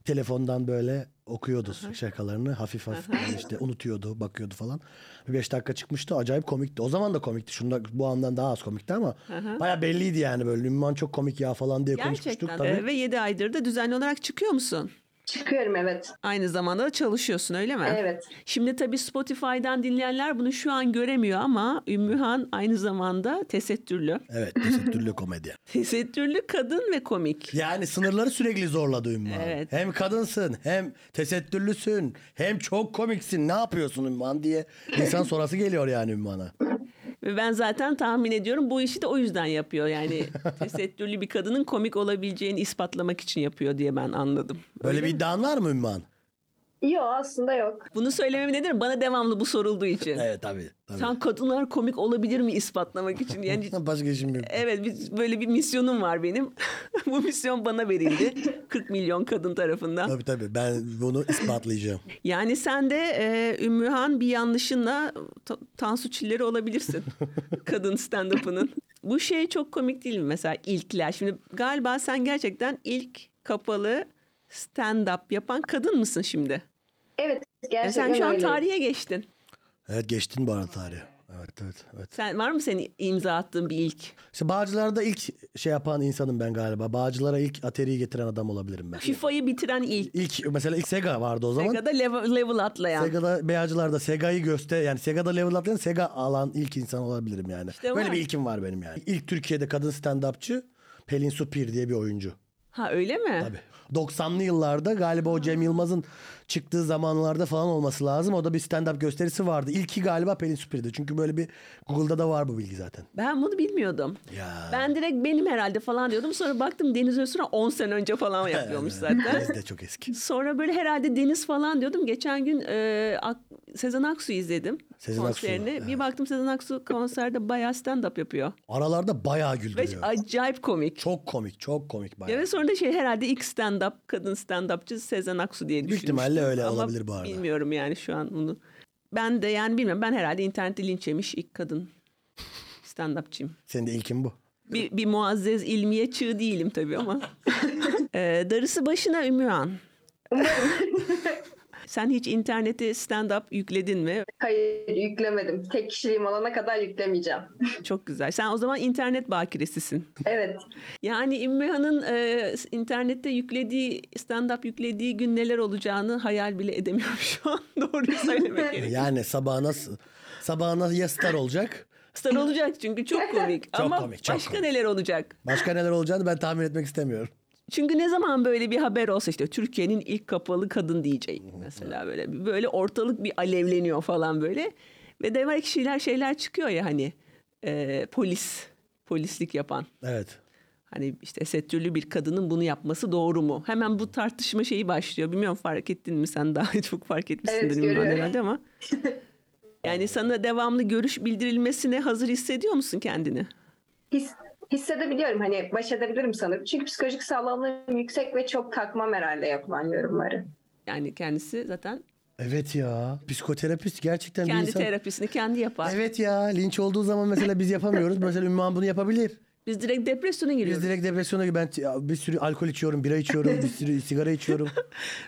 Speaker 2: telefondan böyle okuyordu şakalarını hafif hafif yani işte unutuyordu bakıyordu falan. Bir beş dakika çıkmıştı acayip komikti. O zaman da komikti. Şunda, bu andan daha az komikti ama baya belliydi yani böyle Lümman çok komik ya falan diye konuşmuştuk
Speaker 1: Gerçekten.
Speaker 2: tabii.
Speaker 1: Ee, Ve 7 aydır da düzenli olarak çıkıyor musun?
Speaker 3: Çıkıyorum evet.
Speaker 1: Aynı zamanda da çalışıyorsun öyle mi?
Speaker 3: Evet.
Speaker 1: Şimdi tabii Spotify'dan dinleyenler bunu şu an göremiyor ama Ümmühan aynı zamanda tesettürlü.
Speaker 2: Evet tesettürlü komedyen.
Speaker 1: Tesettürlü kadın ve komik.
Speaker 2: Yani sınırları sürekli zorladı Ümmü Hanım.
Speaker 1: Evet.
Speaker 2: Hem kadınsın hem tesettürlüsün hem çok komiksin ne yapıyorsun Ümmü Hanım diye insan sorası geliyor yani Ümmü Hanım'a.
Speaker 1: Ve ben zaten tahmin ediyorum bu işi de o yüzden yapıyor. Yani tesettürlü bir kadının komik olabileceğini ispatlamak için yapıyor diye ben anladım.
Speaker 2: Böyle bir iddian var mı Ümmü Hanım?
Speaker 3: Yok aslında yok.
Speaker 1: Bunu söylememin nedeni bana devamlı bu sorulduğu için.
Speaker 2: Evet tabii. tabii.
Speaker 1: Sen kadınlar komik olabilir mi ispatlamak için? Yani
Speaker 2: Başka işim yok.
Speaker 1: evet biz- böyle bir misyonum var benim. bu misyon bana verildi. 40 milyon kadın tarafından.
Speaker 2: Tabii tabii ben bunu ispatlayacağım.
Speaker 1: Yani sen de e, Ümmühan bir yanlışınla Ta- Tansu Çilleri olabilirsin. Kadın stand-up'ının. Bu şey çok komik değil mi mesela ilkler? Şimdi galiba sen gerçekten ilk kapalı stand-up yapan kadın mısın şimdi?
Speaker 3: Evet
Speaker 1: Yani
Speaker 3: gerçekten
Speaker 1: sen şu an
Speaker 3: öyleyim.
Speaker 1: tarihe geçtin.
Speaker 2: Evet geçtin bu arada tarihi. Evet evet evet.
Speaker 1: Sen var mı senin imza attığın bir ilk?
Speaker 2: İşte Bağcılar'da ilk şey yapan insanım ben galiba. Bağcılar'a ilk ateriyi getiren adam olabilirim ben.
Speaker 1: FIFA'yı bitiren ilk.
Speaker 2: İlk mesela ilk Sega vardı o zaman.
Speaker 1: Sega'da level, level atlayan.
Speaker 2: Sega'da Beyacılar'da Sega'yı göster yani Sega'da level atlayan Sega alan ilk insan olabilirim yani.
Speaker 1: İşte
Speaker 2: Böyle
Speaker 1: var.
Speaker 2: bir ilkim var benim yani. İlk Türkiye'de kadın stand-upçı Pelin Supir diye bir oyuncu.
Speaker 1: Ha öyle mi?
Speaker 2: Tabii. 90'lı yıllarda galiba o Cem Yılmaz'ın çıktığı zamanlarda falan olması lazım. O da bir stand-up gösterisi vardı. İlki galiba Pelin Supir'di. Çünkü böyle bir Google'da da var bu bilgi zaten.
Speaker 1: Ben bunu bilmiyordum.
Speaker 2: Ya.
Speaker 1: Ben direkt benim herhalde falan diyordum. Sonra baktım Deniz Öztürk'e 10 sene önce falan yapıyormuş zaten.
Speaker 2: Biz de çok eski.
Speaker 1: Sonra böyle herhalde Deniz falan diyordum. Geçen gün e, Ak- Sezen Aksu izledim
Speaker 2: Sezen Aksu,
Speaker 1: konserini. Bir baktım Sezen Aksu konserde bayağı stand-up yapıyor.
Speaker 2: Aralarda bayağı
Speaker 1: Ve
Speaker 2: güldürüyor.
Speaker 1: acayip komik.
Speaker 2: Çok komik, çok komik bayağı.
Speaker 1: Ya ve sonra da şey herhalde ilk stand-up, kadın stand-upçı Sezen Aksu diye düşünmüştüm.
Speaker 2: ihtimalle öyle
Speaker 1: Ama
Speaker 2: olabilir bu arada.
Speaker 1: Bilmiyorum yani şu an bunu. Ben de yani bilmiyorum. Ben herhalde internette linç yemiş ilk kadın stand-upçıyım.
Speaker 2: Senin de ilkin bu.
Speaker 1: Bir, bir muazzez ilmiye çığ değilim tabii ama. Ee, darısı başına Ümran. Sen hiç internete stand-up yükledin mi?
Speaker 3: Hayır yüklemedim. Tek kişiliğim olana kadar yüklemeyeceğim.
Speaker 1: Çok güzel. Sen o zaman internet bakiresisin.
Speaker 3: evet.
Speaker 1: Yani Ümmühan'ın e, internette yüklediği, stand-up yüklediği gün neler olacağını hayal bile edemiyorum şu an. Doğruyu söylemek gerek.
Speaker 2: Yani sabah nasıl? Sabah nasıl ya star olacak?
Speaker 1: Star olacak çünkü çok komik. Ama
Speaker 2: komik, çok
Speaker 1: başka
Speaker 2: komik.
Speaker 1: neler olacak?
Speaker 2: Başka neler olacağını ben tahmin etmek istemiyorum.
Speaker 1: Çünkü ne zaman böyle bir haber olsa işte Türkiye'nin ilk kapalı kadın diyecek mesela böyle. Böyle ortalık bir alevleniyor falan böyle. Ve demek şeyler şeyler çıkıyor ya hani e, polis, polislik yapan.
Speaker 2: Evet.
Speaker 1: Hani işte settürlü bir kadının bunu yapması doğru mu? Hemen bu tartışma şeyi başlıyor. Bilmiyorum fark ettin mi sen daha çok fark etmişsindir
Speaker 3: Evet,
Speaker 1: bilmiyorum
Speaker 3: görüyorum.
Speaker 1: herhalde ama. Yani sana devamlı görüş bildirilmesine hazır hissediyor musun kendini?
Speaker 3: His, hissedebiliyorum hani baş edebilirim sanırım. Çünkü psikolojik sağlamlığım yüksek ve çok takmam herhalde yapılan yorumları.
Speaker 1: Yani kendisi zaten
Speaker 2: Evet ya. Psikoterapist gerçekten bir
Speaker 1: kendi
Speaker 2: insan.
Speaker 1: terapisini kendi yapar.
Speaker 2: Evet ya. Linç olduğu zaman mesela biz yapamıyoruz. mesela Ümmühan bunu yapabilir.
Speaker 1: Biz direkt depresyona giriyoruz.
Speaker 2: Biz direkt depresyona gibi ben t- ya bir sürü alkol içiyorum, bira içiyorum, bir sürü sigara içiyorum.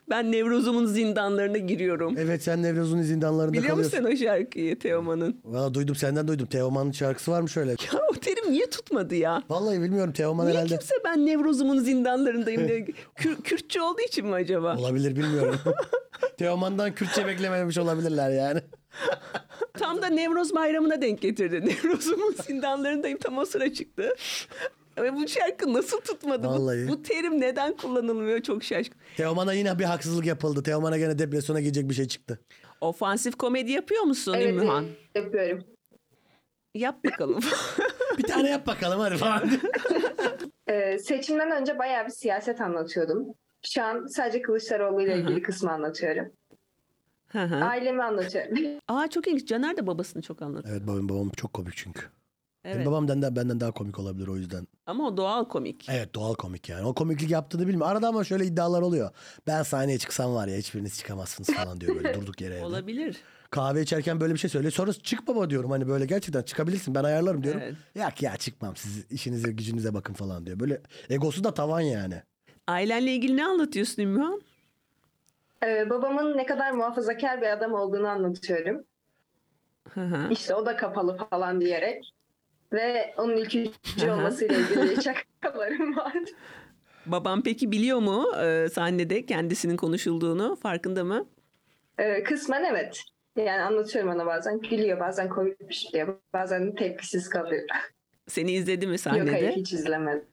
Speaker 1: Ben Nevruz'umun zindanlarına giriyorum.
Speaker 2: Evet sen Nevruz'un zindanlarında
Speaker 1: Biliyor musun
Speaker 2: kalıyorsun.
Speaker 1: sen o şarkıyı Teoman'ın?
Speaker 2: Valla duydum senden duydum. Teoman'ın şarkısı var mı şöyle?
Speaker 1: Ya o terim niye tutmadı ya?
Speaker 2: Vallahi bilmiyorum Teoman
Speaker 1: Niye
Speaker 2: herhalde.
Speaker 1: kimse ben Nevruz'umun zindanlarındayım diye... Kür- Kürtçe olduğu için mi acaba?
Speaker 2: Olabilir bilmiyorum. Teoman'dan Kürtçe beklememiş olabilirler yani.
Speaker 1: Tam da Nevroz bayramına denk getirdi. Nevroz'umun zindanlarındayım tam o sıra çıktı. Ve bu şarkı nasıl tutmadı?
Speaker 2: Vallahi.
Speaker 1: Bu, bu terim neden kullanılmıyor çok şaşkın.
Speaker 2: Teoman'a yine bir haksızlık yapıldı. Teoman'a gene depresyona girecek bir şey çıktı.
Speaker 1: Ofansif komedi yapıyor musun
Speaker 3: Evet
Speaker 1: Ümmühan?
Speaker 3: yapıyorum.
Speaker 1: Yap bakalım.
Speaker 2: Bir tane yap bakalım hadi falan.
Speaker 3: Ee, seçimden önce bayağı bir siyaset anlatıyordum. Şu an sadece Kılıçdaroğlu ile ilgili kısmı anlatıyorum.
Speaker 1: Hı hı.
Speaker 3: Ailemi anlatıyorum.
Speaker 1: Aa çok ilginç. Caner de babasını çok anlatıyor.
Speaker 2: evet babam, babam çok komik çünkü. Benim
Speaker 1: Evet.
Speaker 2: babam benden, benden daha komik olabilir o yüzden.
Speaker 1: Ama o doğal komik.
Speaker 2: Evet doğal komik yani. O komiklik yaptığını bilmiyorum. Arada ama şöyle iddialar oluyor. Ben sahneye çıksam var ya hiçbiriniz çıkamazsınız falan diyor böyle durduk yere evde.
Speaker 1: Olabilir.
Speaker 2: Kahve içerken böyle bir şey söylüyor. Sonra çık baba diyorum hani böyle gerçekten çıkabilirsin ben ayarlarım diyorum.
Speaker 1: Evet.
Speaker 2: Yak ya çıkmam siz işinize gücünüze bakın falan diyor. Böyle egosu da tavan yani.
Speaker 1: Ailenle ilgili ne anlatıyorsun Ümmühan?
Speaker 3: Ee, babamın ne kadar muhafazakar bir adam olduğunu anlatıyorum.
Speaker 1: Hı hı.
Speaker 3: İşte o da kapalı falan diyerek. Ve onun ülkücü
Speaker 1: Aha.
Speaker 3: olmasıyla ilgili şakalarım var.
Speaker 1: Babam peki biliyor mu e, sahnede kendisinin konuşulduğunu? Farkında mı?
Speaker 3: Ee, kısmen evet. Yani anlatıyorum ona bazen. Gülüyor bazen komik bir şey diyor. Bazen tepkisiz kalıyor.
Speaker 1: Seni izledi mi sahnede?
Speaker 3: Yok hayır hiç izlemedi.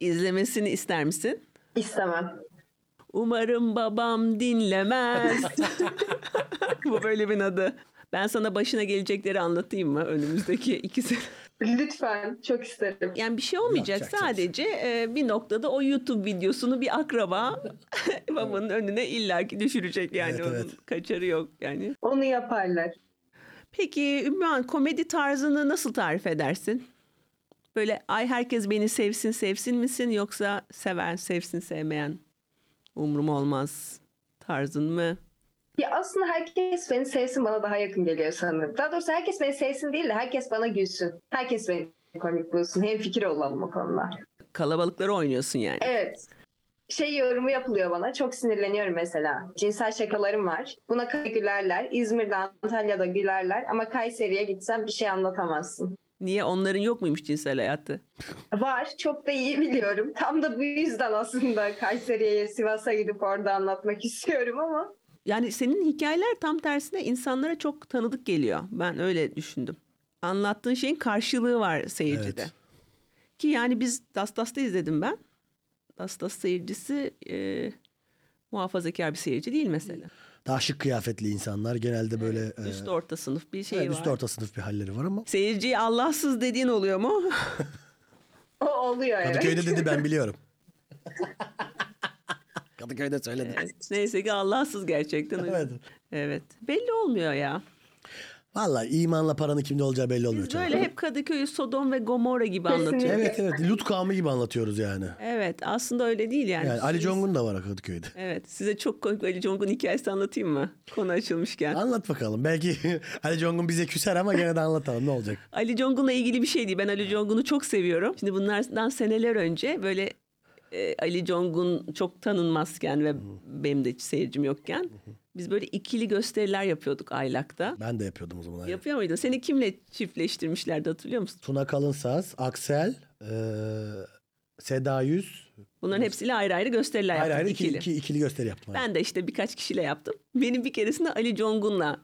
Speaker 1: İzlemesini ister misin?
Speaker 3: İstemem.
Speaker 1: Umarım babam dinlemez. Bu bölümün adı. Ben sana başına gelecekleri anlatayım mı önümüzdeki iki sene?
Speaker 3: Lütfen çok isterim.
Speaker 1: Yani bir şey olmayacak
Speaker 2: Yapacak,
Speaker 1: sadece e, bir noktada o YouTube videosunu bir akraba babanın önüne illaki düşürecek yani
Speaker 2: Evet,
Speaker 1: onun
Speaker 2: evet.
Speaker 1: kaçarı yok yani.
Speaker 3: Onu yaparlar.
Speaker 1: Peki Ümmühan komedi tarzını nasıl tarif edersin? Böyle ay herkes beni sevsin sevsin misin yoksa seven sevsin sevmeyen umrum olmaz tarzın mı?
Speaker 3: Ya aslında herkes beni sevsin bana daha yakın geliyor sanırım. Daha doğrusu herkes beni sevsin değil de herkes bana gülsün. Herkes beni komik bulsun. Hem fikir olalım o konuda.
Speaker 1: Kalabalıkları oynuyorsun yani.
Speaker 3: Evet. Şey yorumu yapılıyor bana. Çok sinirleniyorum mesela. Cinsel şakalarım var. Buna kay- gülerler. İzmir'de, Antalya'da gülerler. Ama Kayseri'ye gitsen bir şey anlatamazsın.
Speaker 1: Niye onların yok muymuş cinsel hayatı?
Speaker 3: Var. Çok da iyi biliyorum. Tam da bu yüzden aslında Kayseri'ye, Sivas'a gidip orada anlatmak istiyorum ama
Speaker 1: Yani senin hikayeler tam tersine insanlara çok tanıdık geliyor. Ben öyle düşündüm. Anlattığın şeyin karşılığı var seyircide.
Speaker 2: Evet.
Speaker 1: Ki yani biz Dastas'ta izledim ben. Dastas seyircisi e, muhafazakar bir seyirci değil mesela.
Speaker 2: Daha şık kıyafetli insanlar genelde böyle e,
Speaker 1: Üst orta sınıf bir şey
Speaker 2: evet,
Speaker 1: var.
Speaker 2: üst orta sınıf bir halleri var ama.
Speaker 1: Seyirciyi Allahsız dediğin oluyor mu?
Speaker 3: o oluyor evet.
Speaker 2: Kadıköy'de dedi ben biliyorum. Kadıköy'de söyledim.
Speaker 1: Neyse ki Allahsız gerçekten.
Speaker 2: Evet.
Speaker 1: Evet. Belli olmuyor ya.
Speaker 2: Vallahi imanla paranın kimde olacağı belli olmuyor.
Speaker 1: Biz
Speaker 2: çocuklar.
Speaker 1: böyle hep Kadıköy'ü Sodom ve Gomorra gibi
Speaker 3: Kesinlikle.
Speaker 1: anlatıyoruz.
Speaker 2: Evet evet Lut kavmi gibi anlatıyoruz yani.
Speaker 1: Evet aslında öyle değil yani.
Speaker 2: Yani Ali
Speaker 1: Siz-
Speaker 2: Congun da var Kadıköy'de.
Speaker 1: Evet size çok komik bir Ali Congun hikayesi anlatayım mı? Konu açılmışken.
Speaker 2: Anlat bakalım. Belki Ali Congun bize küser ama gene de anlatalım ne olacak.
Speaker 1: Ali Congun'la ilgili bir şey değil. Ben Ali Congun'u çok seviyorum. Şimdi bunlardan seneler önce böyle e, Ali Congun çok tanınmazken ve benim de hiç seyircim yokken biz böyle ikili gösteriler yapıyorduk Aylak'ta.
Speaker 2: Ben de yapıyordum o zaman. aynen.
Speaker 1: Yapıyor muydun? Seni kimle çiftleştirmişlerdi hatırlıyor musun?
Speaker 2: Tuna Kalınsaz, Aksel, eee Seda Yüz.
Speaker 1: Bunların hepsiyle ayrı ayrı gösteriler
Speaker 2: Hayır
Speaker 1: yaptık
Speaker 2: hayır iki,
Speaker 1: ikili.
Speaker 2: iki, ikili gösteri yaptım.
Speaker 1: Ben de işte birkaç kişiyle yaptım. Benim bir keresinde Ali Congun'la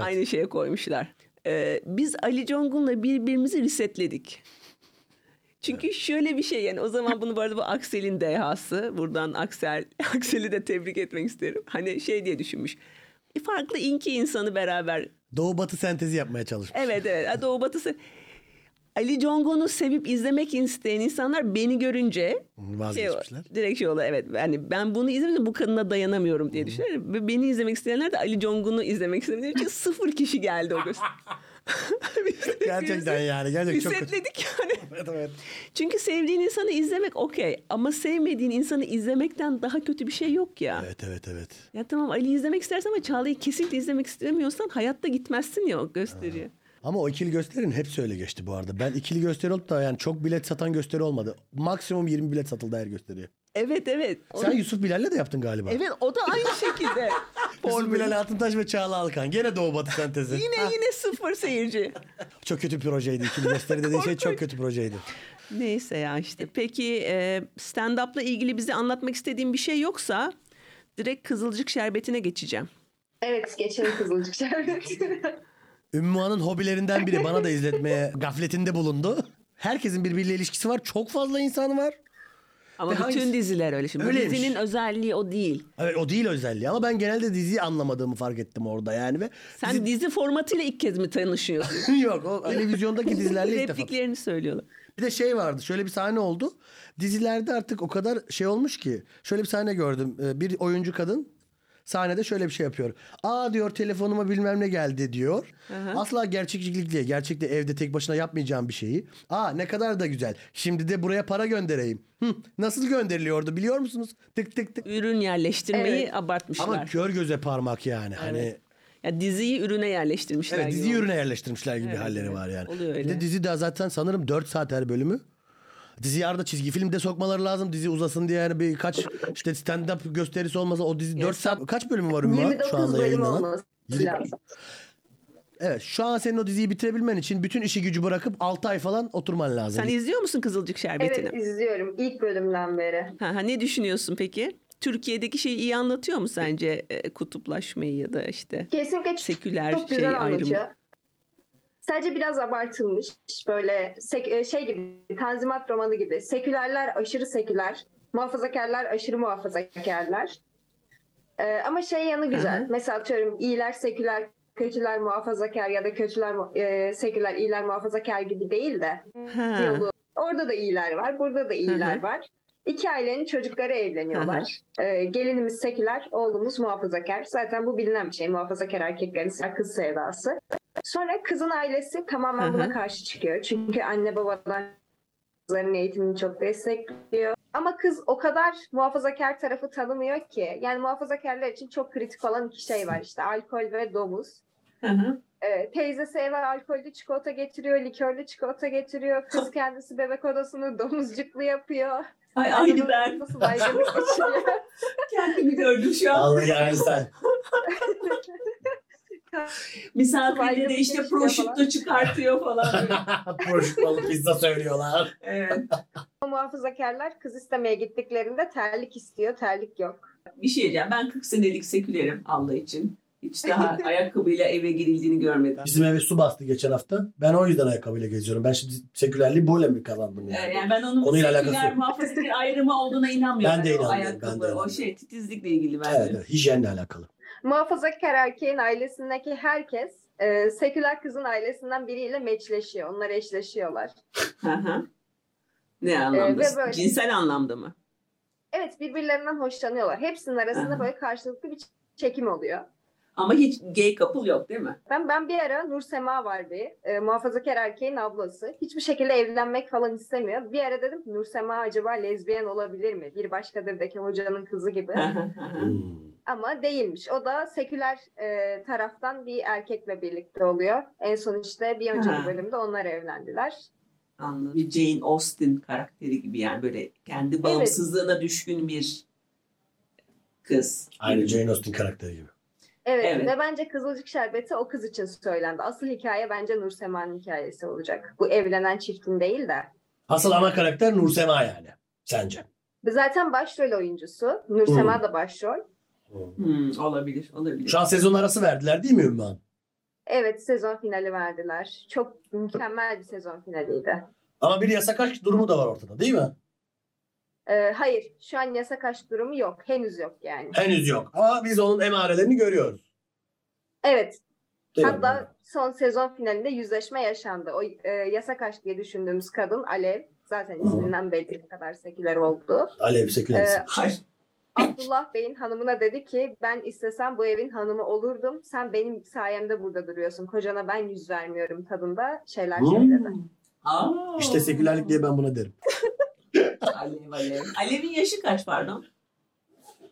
Speaker 1: aynı şeye koymuşlar. Ee, biz Ali Congun'la birbirimizi resetledik. Çünkü şöyle bir şey yani o zaman bunu bu arada bu Aksel'in dehası. Buradan Aksel, Aksel'i de tebrik etmek isterim. Hani şey diye düşünmüş. E, Farklı inki insanı beraber.
Speaker 2: Doğu Batı sentezi yapmaya çalıştım.
Speaker 1: Evet evet. Ha, Doğu batısı. Ali Congun'u sevip izlemek isteyen insanlar beni görünce şey,
Speaker 2: Vazgeçmişler.
Speaker 1: direkt şey oldu evet yani ben bunu izlemedim bu kadına dayanamıyorum diye düşünüyorum. Ve beni izlemek isteyenler de Ali Congun'u izlemek istediği için sıfır kişi geldi o gösteri. Biz de
Speaker 2: Gerçekten
Speaker 1: birbirimizi
Speaker 2: yani. Gerçekten çok kötü.
Speaker 1: Resetledik yani.
Speaker 2: Evet, evet.
Speaker 1: Çünkü sevdiğin insanı izlemek okey ama sevmediğin insanı izlemekten daha kötü bir şey yok ya.
Speaker 2: evet evet evet.
Speaker 1: Ya tamam Ali izlemek istersen ama Çağla'yı kesinlikle izlemek istemiyorsan hayatta gitmezsin ya o gösteriye.
Speaker 2: Ama o ikili gösterinin hepsi öyle geçti bu arada. Ben ikili gösteri olup da yani çok bilet satan gösteri olmadı. Maksimum 20 bilet satıldı her gösteriye.
Speaker 1: Evet evet. O-
Speaker 2: Sen Yusuf Bilal'le de yaptın galiba.
Speaker 1: Evet o da aynı şekilde.
Speaker 2: Yusuf Bilal Altıntaş ve Çağla Alkan. Gene Doğu Batı sentezi.
Speaker 1: Yine yine sıfır seyirci.
Speaker 2: Çok kötü bir projeydi. İkili gösteri dediğin şey çok
Speaker 1: Korkunç.
Speaker 2: kötü projeydi.
Speaker 1: Neyse ya işte. Peki e, stand-up'la ilgili bize anlatmak istediğin bir şey yoksa direkt Kızılcık Şerbeti'ne geçeceğim.
Speaker 3: Evet geçelim Kızılcık Şerbeti.
Speaker 2: Ümmühan'ın hobilerinden biri bana da izletmeye gafletinde bulundu. Herkesin birbiriyle ilişkisi var. Çok fazla insan var.
Speaker 1: Ama
Speaker 2: Ve
Speaker 1: bütün
Speaker 2: hangisi?
Speaker 1: diziler öyle şimdi. Bu
Speaker 2: Öyleymiş.
Speaker 1: dizinin özelliği o değil.
Speaker 2: Evet o değil özelliği ama ben genelde diziyi anlamadığımı fark ettim orada yani ve
Speaker 1: Sen dizi formatıyla ilk kez mi tanışıyorsun?
Speaker 2: yok o televizyondaki dizilerle ilk defa.
Speaker 1: Repliklerini söylüyorlar.
Speaker 2: Bir de şey vardı. Şöyle bir sahne oldu. Dizilerde artık o kadar şey olmuş ki. Şöyle bir sahne gördüm. Ee, Bir oyuncu kadın sahnede şöyle bir şey yapıyor. Aa diyor telefonuma bilmem ne geldi diyor. Asla gerçekçilikle, gerçekte evde tek başına yapmayacağım bir şeyi. Aa ne kadar da güzel. Şimdi de buraya para göndereyim. Hı, nasıl gönderiliyordu biliyor musunuz? Tık tık tık.
Speaker 1: Ürün yerleştirmeyi
Speaker 3: Evet.
Speaker 1: abartmışlar.
Speaker 2: Ama kör göze parmak yani. Hani
Speaker 1: ya diziyi ürüne yerleştirmişler.
Speaker 2: Evet dizi
Speaker 1: gibi.
Speaker 2: ürüne yerleştirmişler gibi bir halleri
Speaker 1: evet.
Speaker 2: var yani.
Speaker 1: Oluyor öyle.
Speaker 2: Bir de dizi daha zaten sanırım 4 saat her bölümü. Dizi arada çizgi film de sokmaları lazım. Dizi uzasın diye yani birkaç işte stand-up gösterisi olmasa o dizi 4 saat kaç bölümü var Ümmü şu
Speaker 3: 29
Speaker 2: anda
Speaker 3: bölüm
Speaker 2: yayınlanan?
Speaker 3: olması lazım.
Speaker 2: Evet şu an senin o diziyi bitirebilmen için bütün işi gücü bırakıp 6 ay falan oturman lazım.
Speaker 1: Sen izliyor musun Kızılcık Şerbeti'ni?
Speaker 3: Evet izliyorum ilk bölümden beri.
Speaker 1: Ha, ha, ne düşünüyorsun peki? Türkiye'deki şeyi iyi anlatıyor mu sence e, kutuplaşmayı ya da işte
Speaker 3: Kesinlikle çok-
Speaker 1: Seküler
Speaker 3: çok
Speaker 1: şey
Speaker 3: güzel anlatıyor.
Speaker 1: ayrımı.
Speaker 3: Sadece biraz abartılmış böyle sek- e, şey gibi Tanzimat romanı gibi sekülerler aşırı seküler, muhafazakarlar aşırı muhafazakarlar. Ee, ama şey yanı güzel.
Speaker 1: Aha.
Speaker 3: Mesela atıyorum iyiler seküler, kötüler muhafazakar ya da kötüler mu- e, seküler iyiler muhafazakar gibi değil de
Speaker 1: Ha.
Speaker 3: yolu. Orada da iyiler var, burada da iyiler
Speaker 1: Hı hı.
Speaker 3: var. İki ailenin çocukları evleniyorlar. Ee, gelinimiz seküler, oğlumuz muhafazakar. Zaten bu bilinen bir şey. Muhafazakar erkeklerin sa- kız sevdası. Sonra kızın ailesi tamamen
Speaker 1: Hı hı.
Speaker 3: buna karşı çıkıyor. Çünkü anne babadan kızların eğitimini çok destekliyor. Ama kız o kadar muhafazakar tarafı tanımıyor ki. Yani muhafazakarlar için çok kritik olan iki şey var işte. Alkol ve domuz.
Speaker 1: Hı hı.
Speaker 3: Ee, teyzesi eve alkollü çikolata getiriyor, likörlü çikolata getiriyor. Kız kendisi bebek odasını domuzcuklu yapıyor.
Speaker 1: Ay aynı ben.
Speaker 3: Nasıl baygınlık geçiriyor.
Speaker 1: Kendimi gördüm şu an.
Speaker 4: Vallahi yani sen.
Speaker 1: Misafirde de işte
Speaker 4: şey
Speaker 1: proşutto çıkartıyor falan. böyle.
Speaker 4: Proşkalı pizza söylüyorlar.
Speaker 1: Evet.
Speaker 3: Ama Muhafazakarlar kız istemeye gittiklerinde terlik istiyor, terlik yok.
Speaker 1: Bir şey diyeceğim. Ben 40 senelik sekülerim Allah için. Hiç daha ayakkabıyla eve girildiğini görmedim.
Speaker 4: Bizim eve su bastı geçen hafta. Ben o yüzden ayakkabıyla geziyorum. Ben şimdi sekülerliği böyle mi kazandım
Speaker 1: Ee,
Speaker 4: yani?
Speaker 1: Yani ben onun
Speaker 4: Konuyla
Speaker 1: Konuyla
Speaker 4: alakası yok.
Speaker 1: muhafazakar ayrımı olduğuna inanmıyorum.
Speaker 4: Ben de
Speaker 1: Yani o
Speaker 4: inanmıyorum, ben de
Speaker 1: ayakkabı, o
Speaker 4: inanmıyorum.
Speaker 1: şey titizlikle ilgili bence.
Speaker 4: Evet, evet, hijyenle alakalı.
Speaker 3: Muhafazakar erkeğin ailesindeki herkes e, seküler kızın ailesinden biriyle meçleşiyor. Onlar eşleşiyorlar.
Speaker 1: Hı hı. ne anlamda?
Speaker 3: Ee, ve böyle- şey-
Speaker 1: Cinsel anlamda mı?
Speaker 3: Evet birbirlerinden hoşlanıyorlar. Hepsinin
Speaker 1: Aha.
Speaker 3: arasında böyle karşılıklı bir çekim oluyor.
Speaker 1: Ama hiç gay couple yok değil mi?
Speaker 3: Ben ben bir ara Nur Sema var bir e, muhafazakar erkeğin ablası. Hiçbir şekilde evlenmek falan istemiyor. Bir ara dedim ki Nur Sema acaba lezbiyen olabilir mi? Bir başkadırdaki hocanın kızı gibi.
Speaker 1: Hı hı hı hı.
Speaker 4: Hmm.
Speaker 3: Ama değilmiş. O da seküler e, taraftan bir erkekle birlikte oluyor. En son işte bir önceki
Speaker 1: Ha.
Speaker 3: bölümde onlar evlendiler.
Speaker 1: Anladım. Bir Jane Austen karakteri gibi yani böyle kendi bağımsızlığına düşkün bir kız.
Speaker 4: Aynı Jane Austen karakteri gibi.
Speaker 3: Evet,
Speaker 1: Evet.
Speaker 3: ve bence Kızılcık Şerbeti o kız için söylendi. Asıl hikaye bence Nur Sema'nın hikayesi olacak. Bu evlenen çiftin değil de.
Speaker 4: Asıl ana karakter Nursema yani. Sence?
Speaker 3: Zaten başrol oyuncusu. Nur Sema da başrol.
Speaker 1: Hmm, olabilir, olabilir.
Speaker 4: Şu an sezon arası verdiler değil mi Ümmü Hanım?
Speaker 3: Evet sezon finali verdiler. Çok mükemmel bir sezon finaliydi.
Speaker 4: Ama bir yasak aşk durumu da var ortada değil mi?
Speaker 3: Ee, hayır şu an yasak aşk durumu yok. Henüz yok yani.
Speaker 4: Henüz yok. Ama biz onun emarelerini görüyoruz.
Speaker 3: Evet
Speaker 4: Değil mi?
Speaker 3: hatta son sezon finalinde yüzleşme yaşandı. O e, yasak aşk diye düşündüğümüz kadın Alev zaten isminden belli ne kadar seküler oldu.
Speaker 4: Alev
Speaker 3: Ee,
Speaker 4: sekülerisi.
Speaker 1: Hayır.
Speaker 3: Abdullah Bey'in hanımına dedi ki ben istesem bu evin hanımı olurdum. Sen benim sayemde burada duruyorsun. Kocana ben yüz vermiyorum tadında şeyler
Speaker 4: Hmm.
Speaker 3: söyledi.
Speaker 1: Aa.
Speaker 4: İşte sekülerlik diye ben buna derim.
Speaker 1: Alev Alev. Alev'in yaşı kaç pardon?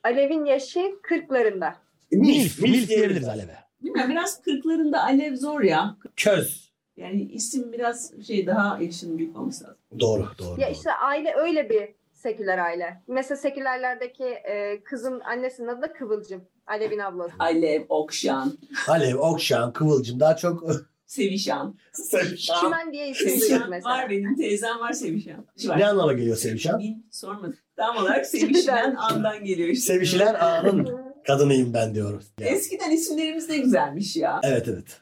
Speaker 3: Alev'in yaşı 40'larında.
Speaker 2: Milf, milf diyebiliriz Alev'e.
Speaker 1: Bilmiyorum biraz kırklarında Alev zor ya.
Speaker 4: Köz.
Speaker 1: Yani isim biraz şey daha yaşın büyük olması lazım.
Speaker 4: Doğru, doğru.
Speaker 3: Ya
Speaker 4: doğru.
Speaker 3: işte aile öyle bir seküler aile. Mesela sekülerlerdeki e, kızın annesinin adı da Kıvılcım. Alev'in ablası.
Speaker 1: Alev, Okşan,
Speaker 4: Alev, Okşan, Kıvılcım daha çok
Speaker 1: Sevişan.
Speaker 4: Sevişan.
Speaker 3: Çimen diye isim duyuyor
Speaker 1: Sevişan
Speaker 3: mesela.
Speaker 1: var benim teyzem var Sevişan. Var.
Speaker 4: Ne anlama geliyor Sevişan?
Speaker 1: Bil, sorma. Tam olarak sevişilen andan geliyor işte.
Speaker 4: Sevişilen ağanın kadınıyım ben diyoruz. Yani.
Speaker 1: Eskiden isimlerimiz ne güzelmiş ya.
Speaker 4: Evet evet.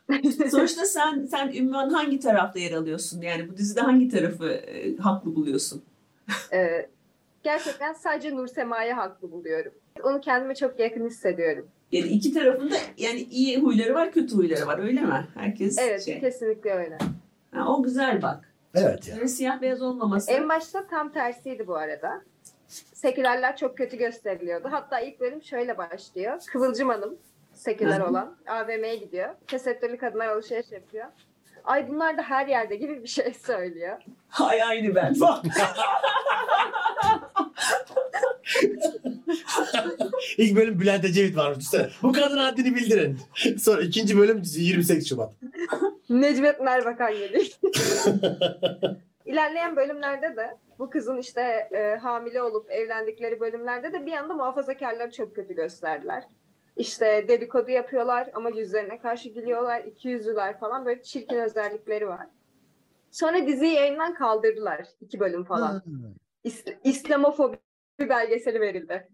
Speaker 1: Sonuçta sen sen Ümmühan hangi tarafta yer alıyorsun? Yani bu dizide hangi tarafı e, haklı buluyorsun?
Speaker 3: E, gerçekten sadece Nur Sema'yı haklı buluyorum. Onu kendime çok yakın hissediyorum.
Speaker 1: Yani iki tarafında yani iyi huyları var, kötü huyları var öyle mi? Herkes
Speaker 3: Evet
Speaker 1: şey.
Speaker 3: kesinlikle öyle.
Speaker 1: Ha, o güzel bak.
Speaker 4: Evet ya.
Speaker 1: Böyle siyah beyaz olmaması.
Speaker 3: En başta tam tersiydi bu arada. Sekülerler çok kötü gösteriliyordu. Hatta ilk bölüm şöyle başlıyor. Kıvılcım Hanım seküler
Speaker 1: Hı hı.
Speaker 3: olan AVM'ye gidiyor. Tesettürlü kadınlar alışveriş yapıyor. Ay bunlar da her yerde gibi bir şey söylüyor.
Speaker 1: Hay aynı ben.
Speaker 4: İlk bölüm Bülent Ecevit varmış. Düşünsene. Bu kadın haddini bildirin. Sonra ikinci bölüm 28 Şubat.
Speaker 3: Necmet Merbakan geliyor. İlerleyen bölümlerde de bu kızın işte e, hamile olup evlendikleri bölümlerde de bir anda muhafazakarları çok kötü gösterdiler. İşte dedikodu yapıyorlar ama yüzlerine karşı gülüyorlar, ikiyüzlüler falan böyle çirkin özellikleri var. Sonra diziyi yayından kaldırdılar iki bölüm falan. İs- İslamofobi belgeseli verildi.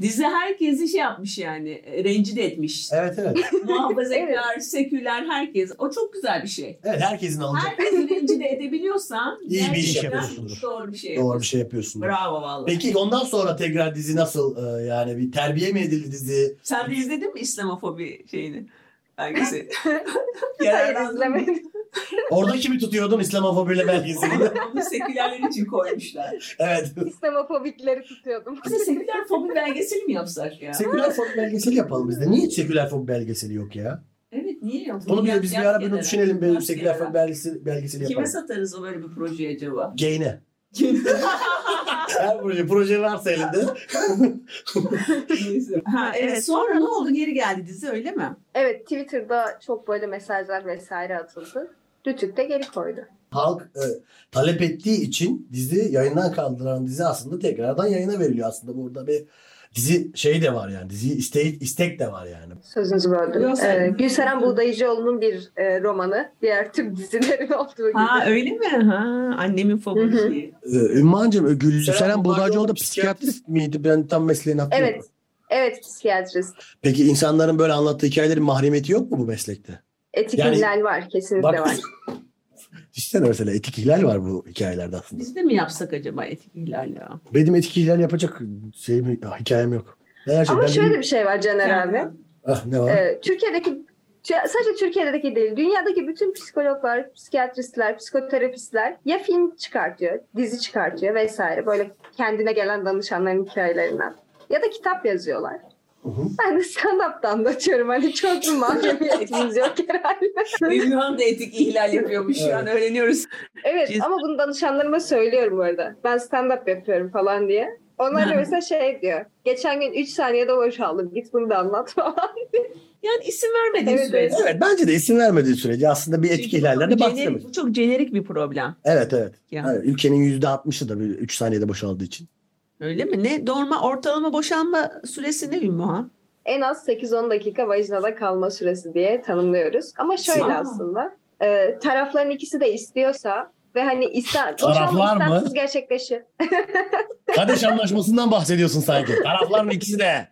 Speaker 1: Dizi herkesi şey yapmış yani e, rencide etmiş.
Speaker 4: Evet evet.
Speaker 1: Muhafazakar, seküler herkes. O çok güzel bir şey.
Speaker 4: Evet herkesin alacak
Speaker 1: Herkesi rencide edebiliyorsan
Speaker 4: İyi bir iş
Speaker 1: gerçekten
Speaker 2: yapıyorsundur.
Speaker 1: Doğru bir şey.
Speaker 4: doğru bir şey yapıyorsun.
Speaker 1: Bravo vallahi.
Speaker 4: Peki ondan sonra tekrar dizi nasıl e, yani bir terbiye mi edildi dizi?
Speaker 1: Sen de izledin mi İslamofobi şeyini? belgesi.
Speaker 3: Hayır
Speaker 1: Yararlandım.
Speaker 3: izlemedim.
Speaker 4: Orada kimi tutuyordun İslamofobiyle belgesini?
Speaker 1: Bunu sekülerler için koymuşlar.
Speaker 4: evet.
Speaker 3: İslamofobikleri tutuyordum.
Speaker 1: Aslında seküler fobi belgeseli mi yapsak ya?
Speaker 4: Seküler fobi belgeseli yapalım biz de. Niye hiç seküler fobi belgeseli yok ya?
Speaker 1: evet niye yok?
Speaker 4: Bunu bir, biz bir ara bir
Speaker 1: Yaz
Speaker 4: düşünelim.
Speaker 1: kenara,
Speaker 4: Bir
Speaker 1: yaz
Speaker 4: seküler
Speaker 1: kenara.
Speaker 4: fobi belgeseli, belgeseli
Speaker 1: Kime
Speaker 4: yapalım.
Speaker 1: satarız o böyle bir proje acaba?
Speaker 4: Geyne. Her proje, proje varsa elinde.
Speaker 1: Neyse. ha, evet, sonra ne oldu? Geri geldi dizi öyle mi?
Speaker 3: Evet Twitter'da çok böyle mesajlar vesaire atıldı. Rütük de geri koydu.
Speaker 4: Halk e, talep ettiği için dizi yayından kaldıran dizi aslında tekrardan yayına veriliyor aslında. Burada bir dizi şey de var yani. Dizi isteği, istek de var yani.
Speaker 3: Sözünüzü böldüm.
Speaker 1: Yok, sen-
Speaker 3: Ee, Gülseren Buğdayıcıoğlu'nun bir e, romanı. Diğer tüm dizilerin olduğu gibi.
Speaker 1: Ha öyle mi? Ha annemin favorisi.
Speaker 2: E,
Speaker 4: Ee,
Speaker 2: Ümmancığım Gülseren Buğdaycıoğlu
Speaker 4: Buğdaycıoğlu
Speaker 2: da psikiyatrist miydi? Ben tam mesleğini hatırlamıyorum.
Speaker 3: Evet. Evet psikiyatrist.
Speaker 2: Peki insanların böyle anlattığı hikayelerin mahremiyeti yok mu bu meslekte?
Speaker 3: Etik
Speaker 4: Yani-
Speaker 3: ihlal var. Kesinlikle
Speaker 4: Bak-
Speaker 3: var.
Speaker 2: Düşünsene mesela etik ihlal var bu hikayelerde aslında.
Speaker 1: Biz de mi yapsak acaba etik ihlal ya?
Speaker 2: Benim etik ihlal yapacak şey mi, hikayem yok. Her
Speaker 3: Ama
Speaker 2: şeyden
Speaker 3: şöyle
Speaker 2: benim-
Speaker 3: bir şey var Caner abi.
Speaker 2: Ah, ne var?
Speaker 3: Ee, Türkiye'deki sadece Türkiye'deki değil, dünyadaki bütün psikologlar, psikiyatristler, psikoterapistler ya film çıkartıyor, dizi çıkartıyor vesaire böyle kendine gelen danışanların hikayelerinden ya da kitap yazıyorlar.
Speaker 4: hı.
Speaker 3: Ben de stand-up'ta anlatıyorum. Hani çok bir malzemiyetimiz yok herhalde.
Speaker 1: Ümran da etik ihlal yapıyormuş şu an öğreniyoruz.
Speaker 3: evet
Speaker 1: Cins-
Speaker 3: ama bunu danışanlarıma söylüyorum bu arada. Ben stand-up yapıyorum falan diye. Onlar da
Speaker 1: Hı.
Speaker 3: mesela şey diyor. Geçen gün 3 saniyede boşaldım. Git bunu da anlat falan.
Speaker 1: Yani isim vermediği
Speaker 3: Evet,
Speaker 1: sürece.
Speaker 2: Evet bence de isim vermediği sürece aslında bir etik
Speaker 1: Çünkü
Speaker 2: ihlallerine
Speaker 1: bu
Speaker 2: bahsedemez.
Speaker 1: jenerik- Bu çok jenerik bir problem.
Speaker 2: Evet evet.
Speaker 1: Yani.
Speaker 2: Evet, ülkenin %60'ı da 3 saniyede boşaldığı için.
Speaker 1: Öyle mi? Ne dorma ortalama boşanma süresi ne Ümmühan?
Speaker 3: en az 8-10 dakika vajinada kalma süresi diye tanımlıyoruz. Ama şöyle
Speaker 1: Aa.
Speaker 3: aslında e, tarafların ikisi de istiyorsa ve hani ister,
Speaker 2: Taraflar
Speaker 3: boşanma
Speaker 2: mı?
Speaker 3: istemsiz gerçekleşir.
Speaker 2: Kardeş anlaşmasından bahsediyorsun sanki. Tarafların ikisi de.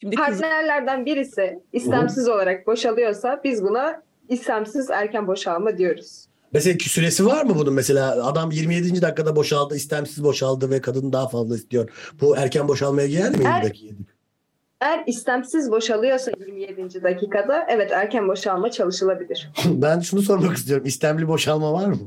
Speaker 1: Şimdi kız,
Speaker 3: Partnerlerden birisi istemsiz olarak boşalıyorsa biz buna istemsiz erken boşalma diyoruz.
Speaker 2: Mesela ki süresi var mı bunun mesela? Adam 27. dakikada boşaldı, istemsiz boşaldı ve kadın daha fazla istiyor. Bu erken boşalmaya girer mi?
Speaker 3: Er-
Speaker 2: 20 dakika?
Speaker 3: Eğer istemsiz boşalıyorsa 27. dakikada evet erken boşalma çalışılabilir.
Speaker 2: ben şunu sormak istiyorum. İstemli boşalma var mı?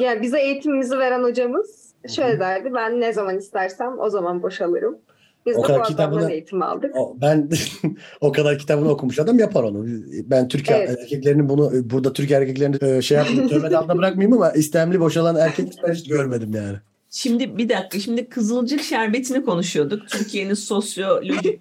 Speaker 3: Yani bize eğitimimizi veren hocamız şöyle derdi ben ne zaman istersem o zaman boşalırım. Biz
Speaker 2: O
Speaker 3: de bu
Speaker 2: kadar
Speaker 3: adamdan
Speaker 2: kitabını-
Speaker 3: eğitim aldık.
Speaker 2: O, ben o kadar kitabını okumuş adam yapar onu. Ben Türk
Speaker 3: Evet.
Speaker 2: erkeklerinin bunu burada Türk erkeklerini e, şey yapmayayım, tövbe altında bırakmayayım ama istemli boşalan erkek ben hiç görmedim yani.
Speaker 1: şimdi bir dakika şimdi kızılcık şerbetini konuşuyorduk. Türkiye'nin sosyolojik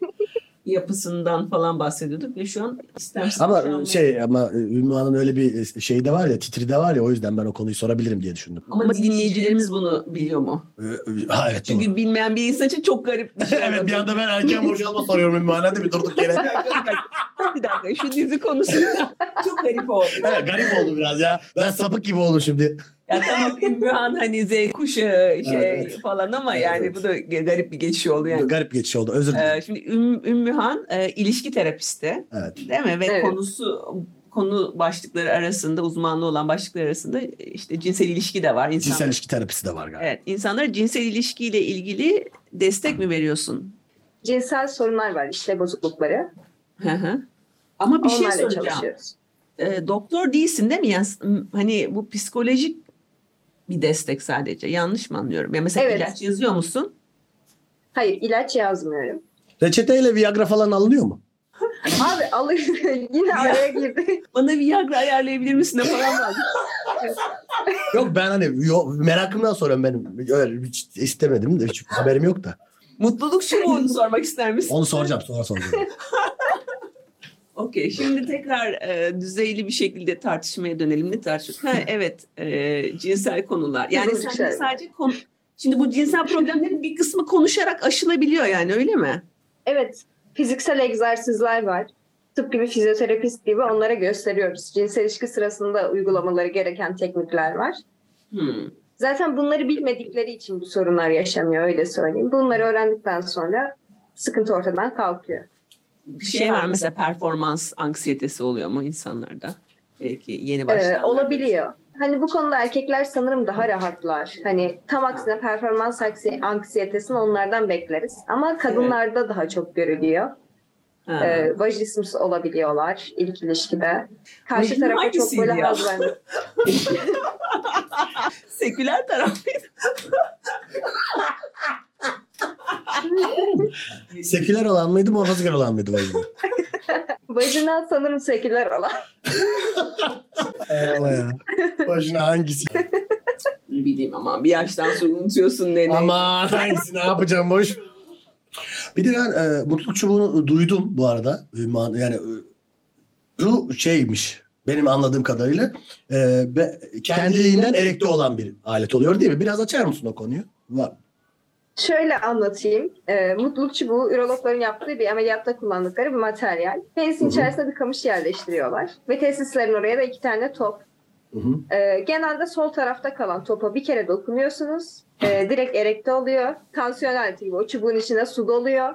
Speaker 1: yapısından falan bahsediyorduk ve şu an istemsiz boşanma-
Speaker 2: Ama şey ama e, Ünvan'ın öyle bir şey de var ya, titri de var ya o yüzden ben o konuyu sorabilirim diye düşündüm.
Speaker 1: ama dinleyicilerimiz bunu biliyor mu?
Speaker 2: E, e, Ha evet doğru.
Speaker 1: Çünkü bilmeyen bir insan için çok garip bir şey.
Speaker 2: evet bir
Speaker 1: anladım.
Speaker 2: anda ben erken boşalma soruyorum Ünvan'a değil mi? Durduk yere.
Speaker 1: bir dakika şu dizi konusunda çok garip oldu.
Speaker 2: Evet, garip oldu biraz ya. Ben sapık gibi oldum şimdi.
Speaker 1: Ya tamam Ümmühan hani Z kuşağı şey
Speaker 2: Evet, evet.
Speaker 1: falan ama yani
Speaker 2: Evet.
Speaker 1: bu da garip bir geçiş oldu yani.
Speaker 2: Garip geçiş oldu. Özür dilerim.
Speaker 1: Ee, şimdi Üm, Ümmühan e, ilişki terapisti
Speaker 2: Evet.
Speaker 1: değil mi? Ve
Speaker 3: Evet.
Speaker 1: konusu konu başlıkları arasında uzmanlığı olan başlıklar arasında e, işte cinsel ilişki de var. İnsan,
Speaker 2: Cinsel ilişki terapisi de var galiba.
Speaker 1: Evet, insanlara cinsel ilişkiyle ilgili destek mi veriyorsun?
Speaker 3: Cinsel sorunlar var işte bozuklukları.
Speaker 1: Hı hı. Ama bir şey
Speaker 3: Onlarla
Speaker 1: soracağım.
Speaker 3: çalışıyoruz.
Speaker 1: E, doktor değilsin değil mi? Yani, s- m- hani bu psikolojik bir destek sadece. Yanlış mı anlıyorum? Ya mesela
Speaker 3: Evet.
Speaker 1: ilaç yazıyor musun?
Speaker 3: Hayır ilaç yazmıyorum.
Speaker 2: Reçeteyle Viagra falan alınıyor mu?
Speaker 3: Abi alır yine araya girdi.
Speaker 1: Bana Viagra ayarlayabilir misin de falan var.
Speaker 2: Yok ben hani yo, merakımdan soruyorum benim. Öyle hiç istemedim de hiç haberim yok da.
Speaker 1: Mutluluk şu mu onu sormak ister misin?
Speaker 2: Onu soracağım sonra soracağım.
Speaker 1: Okey. Şimdi tekrar e, düzeyli bir şekilde tartışmaya dönelim. Ne tartışıyoruz? Ha, evet. e, cinsel konular. Yani
Speaker 3: Kızılcık
Speaker 1: sadece,
Speaker 3: şey.
Speaker 1: sadece konu... Şimdi bu cinsel problemlerin bir kısmı konuşarak aşılabiliyor yani öyle mi?
Speaker 3: Evet fiziksel egzersizler var. Tıp gibi fizyoterapist gibi onlara gösteriyoruz. Cinsel ilişki sırasında uygulamaları gereken teknikler var.
Speaker 1: Hmm.
Speaker 3: Zaten bunları bilmedikleri için bu sorunlar yaşanıyor öyle söyleyeyim. Bunları öğrendikten sonra sıkıntı ortadan kalkıyor.
Speaker 1: Bir şey var mesela performans anksiyetesi oluyor mu insanlarda? Belki yeni
Speaker 3: Ee,
Speaker 1: başlayanlar.
Speaker 3: olabiliyor. Hani bu konuda erkekler sanırım daha rahatlar. Hani tam aksine performans aksi- anksiyetesini onlardan bekleriz. Ama kadınlarda daha çok görülüyor.
Speaker 1: Ha.
Speaker 3: E, vajinismus olabiliyorlar ilk ilişkide. Karşı
Speaker 1: Vajinin
Speaker 3: tarafa çok
Speaker 1: hangisiydi
Speaker 3: böyle
Speaker 1: ya?
Speaker 3: haz vermek.
Speaker 1: Seküler taraf.
Speaker 2: Seküler olan mıydı muhafazakar olan mıydı?
Speaker 3: Vajina sanırım seküler olan.
Speaker 2: Eyvallah ya. Başına hangisi?
Speaker 1: Ne bileyim ama bir yaştan sonra unutuyorsun ne ne.
Speaker 2: Aman hangisi ne yapacağım boş. Bir de ben e, mutluluk çubuğunu duydum bu arada. Ümman- Yani e, bu şeymiş benim anladığım kadarıyla e, be- kendiliğinden erekte olan bir alet oluyor değil mi? Biraz açar mısın o konuyu? Var.
Speaker 3: Şöyle anlatayım. E, mutluluk çubuğu ürologların yaptığı bir ameliyatta kullandıkları bir materyal. Penisin içerisine bir kamış yerleştiriyorlar. Ve testislerin oraya da iki tane top.
Speaker 2: Hı hı.
Speaker 3: E, genelde sol tarafta kalan topa bir kere dokunuyorsunuz. E, direkt erekte oluyor. Tansiyon aleti gibi o çubuğun içine su doluyor.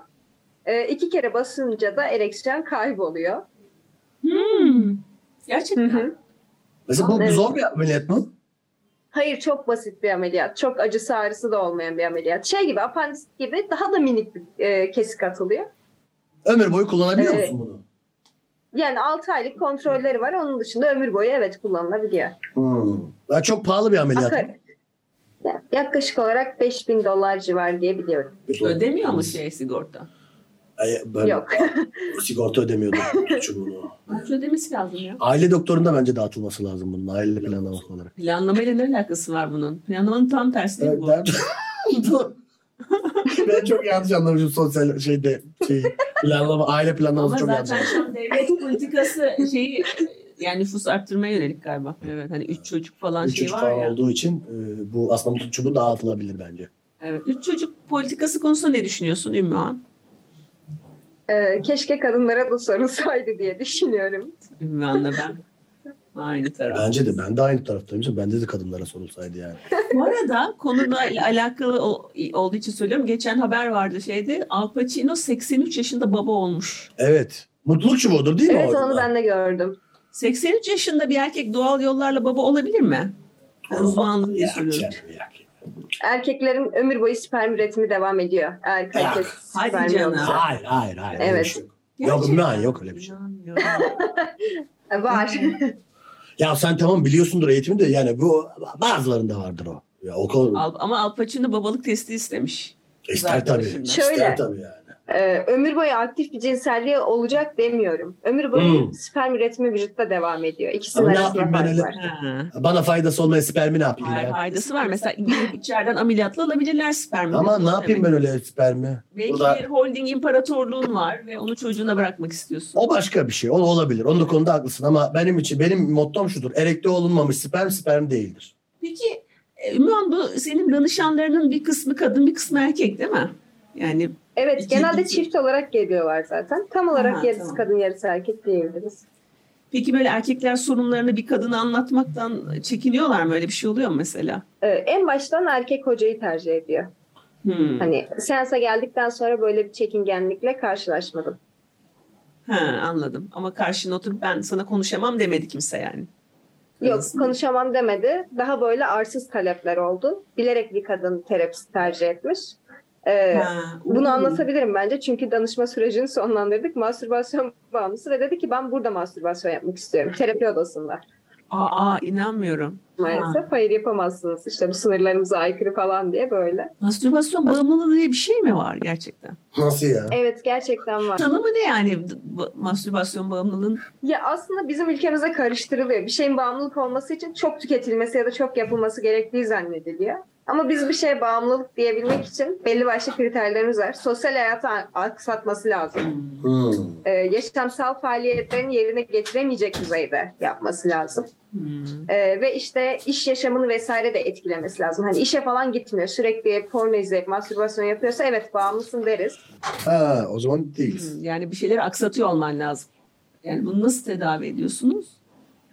Speaker 3: E, iki kere basınca da ereksiyon kayboluyor. Hı
Speaker 1: Gerçekten.
Speaker 3: hı.
Speaker 2: Mesela bu, bu
Speaker 3: Evet.
Speaker 2: zor bir ameliyat mı?
Speaker 3: Hayır çok basit bir ameliyat. Çok acısı ağrısı da olmayan bir ameliyat. Şey gibi apandisit gibi daha da minik bir e, kesik atılıyor.
Speaker 2: Ömür boyu kullanabiliyor
Speaker 3: Evet.
Speaker 2: musun bunu?
Speaker 3: Yani 6 aylık kontrolleri var. Onun dışında ömür boyu evet kullanılabiliyor.
Speaker 2: Hmm. Ya çok pahalı bir ameliyat.
Speaker 3: Akar. Ya- Yaklaşık olarak 5000 dolar civarı diye biliyorum.
Speaker 1: Ödemiyor mu şey sigorta?
Speaker 2: Ay, ben
Speaker 3: Yok.
Speaker 2: sigorta ödemiyordum çubuğunu.
Speaker 1: Bence ödemesi lazım ya.
Speaker 2: Aile doktorunda bence dağıtılması lazım bunun aile planlaması olarak.
Speaker 1: Planlamayla ne alakası var bunun? Planlamanın tam tersi değil mi bu.
Speaker 2: Dur. ben çok yanlış anlamışım sosyal şeyde şey planlama aile planlaması
Speaker 1: Ama
Speaker 2: çok yanlış.
Speaker 1: zaten şu an devlet politikası şeyi yani nüfus arttırmaya yönelik galiba. Evet hani üç çocuk falan
Speaker 2: Üç
Speaker 1: şey
Speaker 2: çocuk
Speaker 1: var
Speaker 2: falan
Speaker 1: ya.
Speaker 2: olduğu için e, bu aslında mutluluk çubuğu dağıtılabilir bence.
Speaker 1: Evet. Üç çocuk politikası konusunda ne düşünüyorsun Ümmühan?
Speaker 3: E, keşke kadınlara da sorulsaydı diye düşünüyorum.
Speaker 1: Ümmühan'la ben. Aynı taraf.
Speaker 2: Bence de ben de aynı taraftayım. Bende de kadınlara sorulsaydı yani.
Speaker 1: Bu arada konuyla alakalı o- olduğu için söylüyorum. Geçen haber vardı şeyde. Al Pacino 83 yaşında baba olmuş.
Speaker 2: Evet. Mutluluk çubuğudur değil mi?
Speaker 3: Evet
Speaker 2: orada?
Speaker 3: onu ben de gördüm.
Speaker 1: 83 yaşında bir erkek doğal yollarla baba olabilir mi? Uzmanlığı diye
Speaker 2: Ya,
Speaker 1: soruyorum.
Speaker 2: canım ya.
Speaker 3: Erkeklerin ömür boyu sperm üretimi devam ediyor. Eğer kalitesiz
Speaker 1: hadi
Speaker 3: sperm
Speaker 1: canım.
Speaker 3: yoksa.
Speaker 2: Hayır hayır hayır. öyle bir
Speaker 3: Evet.
Speaker 2: şey yok. Yok Ümran yok öyle bir şey.
Speaker 1: İnanmıyorum.
Speaker 3: E, Var.
Speaker 2: Ya sen tamam biliyorsundur eğitimi de yani bu bazılarında vardır o. Ya o konu
Speaker 1: Al- Ama Al Pacino babalık testi istemiş.
Speaker 2: ister tabii.
Speaker 1: Şöyle.
Speaker 2: İster tabii yani.
Speaker 3: Ee, ömür boyu aktif bir cinselliği olacak demiyorum. Ömür boyu
Speaker 2: Hmm.
Speaker 3: sperm üretimi vücutta devam ediyor. İkisinin
Speaker 2: Ama ne
Speaker 3: arasında
Speaker 2: yapayım ben
Speaker 3: fark
Speaker 2: öyle-
Speaker 3: var.
Speaker 1: Ha.
Speaker 2: Bana faydası olmayan spermi ne yapayım
Speaker 1: Hayır,
Speaker 2: ya?
Speaker 1: faydası var. Mesela girip içeriden ameliyatla alabilirler spermi.
Speaker 2: Ama ne yapayım ben öyle spermi?
Speaker 1: Belki
Speaker 2: Burada-
Speaker 1: holding imparatorluğun var ve onu çocuğuna bırakmak istiyorsun.
Speaker 2: O başka bir şey. O olabilir. Onun da konuda haklısın ama benim için benim mottom şudur. Erekte olunmamış sperm sperm değildir.
Speaker 1: Peki e, Ümmühan bu senin danışanlarının bir kısmı kadın bir kısmı erkek değil mi? Yani
Speaker 3: Evet,
Speaker 1: İki-
Speaker 3: genelde
Speaker 1: iki-
Speaker 3: çift olarak geliyorlar zaten. Tam olarak
Speaker 1: Ha,
Speaker 3: yarısı
Speaker 1: tamam.
Speaker 3: kadın yarısı erkek diyebiliriz.
Speaker 1: Peki böyle erkekler sorunlarını bir kadına anlatmaktan çekiniyorlar mı? Öyle bir şey oluyor mu mesela?
Speaker 3: Ee, en baştan erkek hocayı tercih ediyor.
Speaker 1: Hmm.
Speaker 3: Hani seansa geldikten sonra böyle bir çekingenlikle karşılaşmadım.
Speaker 1: Ha, anladım. Ama karşına oturup ben sana konuşamam demedi kimse yani.
Speaker 3: Yok
Speaker 1: Nasıl?
Speaker 3: konuşamam demedi. Daha böyle arsız talepler oldu. Bilerek bir kadın terapist tercih etmiş. Ee,
Speaker 1: Ha, Hmm.
Speaker 3: Bunu
Speaker 1: uuu.
Speaker 3: anlatabilirim bence çünkü danışma sürecini sonlandırdık. Mastürbasyon bağımlısı ve dedi ki ben burada mastürbasyon yapmak istiyorum. Terapi odasında.
Speaker 1: Aa, aa, inanmıyorum.
Speaker 3: Maalesef hayır yapamazsınız işte bu sınırlarımıza aykırı falan diye böyle.
Speaker 1: Mastürbasyon bağımlılığı diye bir şey mi var gerçekten?
Speaker 2: Nasıl ya?
Speaker 3: Evet gerçekten var.
Speaker 1: Tanımı ne yani bu- mastürbasyon bağımlılığın?
Speaker 3: Ya aslında bizim ülkemize karıştırılıyor. Bir şeyin bağımlılık olması için çok tüketilmesi ya da çok yapılması gerektiği zannediliyor. Ama biz bir şeye bağımlılık diyebilmek için belli başlı kriterlerimiz var. Sosyal hayatı aksatması lazım.
Speaker 2: Hmm.
Speaker 3: Ee, yaşamsal faaliyetlerini yerine getiremeyecek düzeyde yapması lazım.
Speaker 1: Hmm.
Speaker 3: Ee, ve işte iş yaşamını vesaire de etkilemesi lazım. Hani işe falan gitmiyor. Sürekli porno izleyip mastürbasyon yapıyorsa evet bağımlısın deriz.
Speaker 2: Ha, o zaman değiliz.
Speaker 1: Hmm, Yani bir şeyleri aksatıyor olman lazım. Yani bunu nasıl tedavi ediyorsunuz?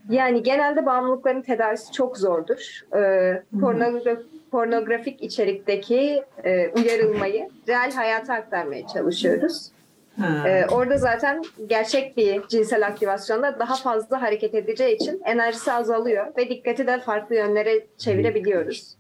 Speaker 3: Yani genelde bağımlılıkların tedavisi çok zordur. Ee, pornogra- pornografik içerikteki e, uyarılmayı real hayata aktarmaya çalışıyoruz.
Speaker 1: Ha.
Speaker 3: Ee, orada zaten gerçek bir cinsel aktivasyonda daha fazla hareket edeceği için enerjisi azalıyor ve dikkati de farklı yönlere çevirebiliyoruz.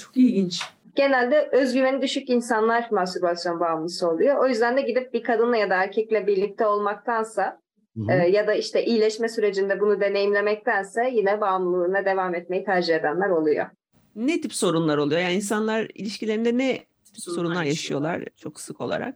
Speaker 1: Çok ilginç.
Speaker 3: genelde özgüveni düşük insanlar mastürbasyon bağımlısı oluyor. O yüzden de gidip bir kadınla ya da erkekle birlikte olmaktansa
Speaker 2: Hı
Speaker 3: e, ya da işte iyileşme sürecinde bunu deneyimlemektense yine bağımlılığına devam etmeyi tercih edenler oluyor.
Speaker 1: Ne tip sorunlar oluyor? Yani insanlar ilişkilerinde ne tip
Speaker 5: Sorunlar
Speaker 1: sorunlar yaşıyorlar çok sık olarak?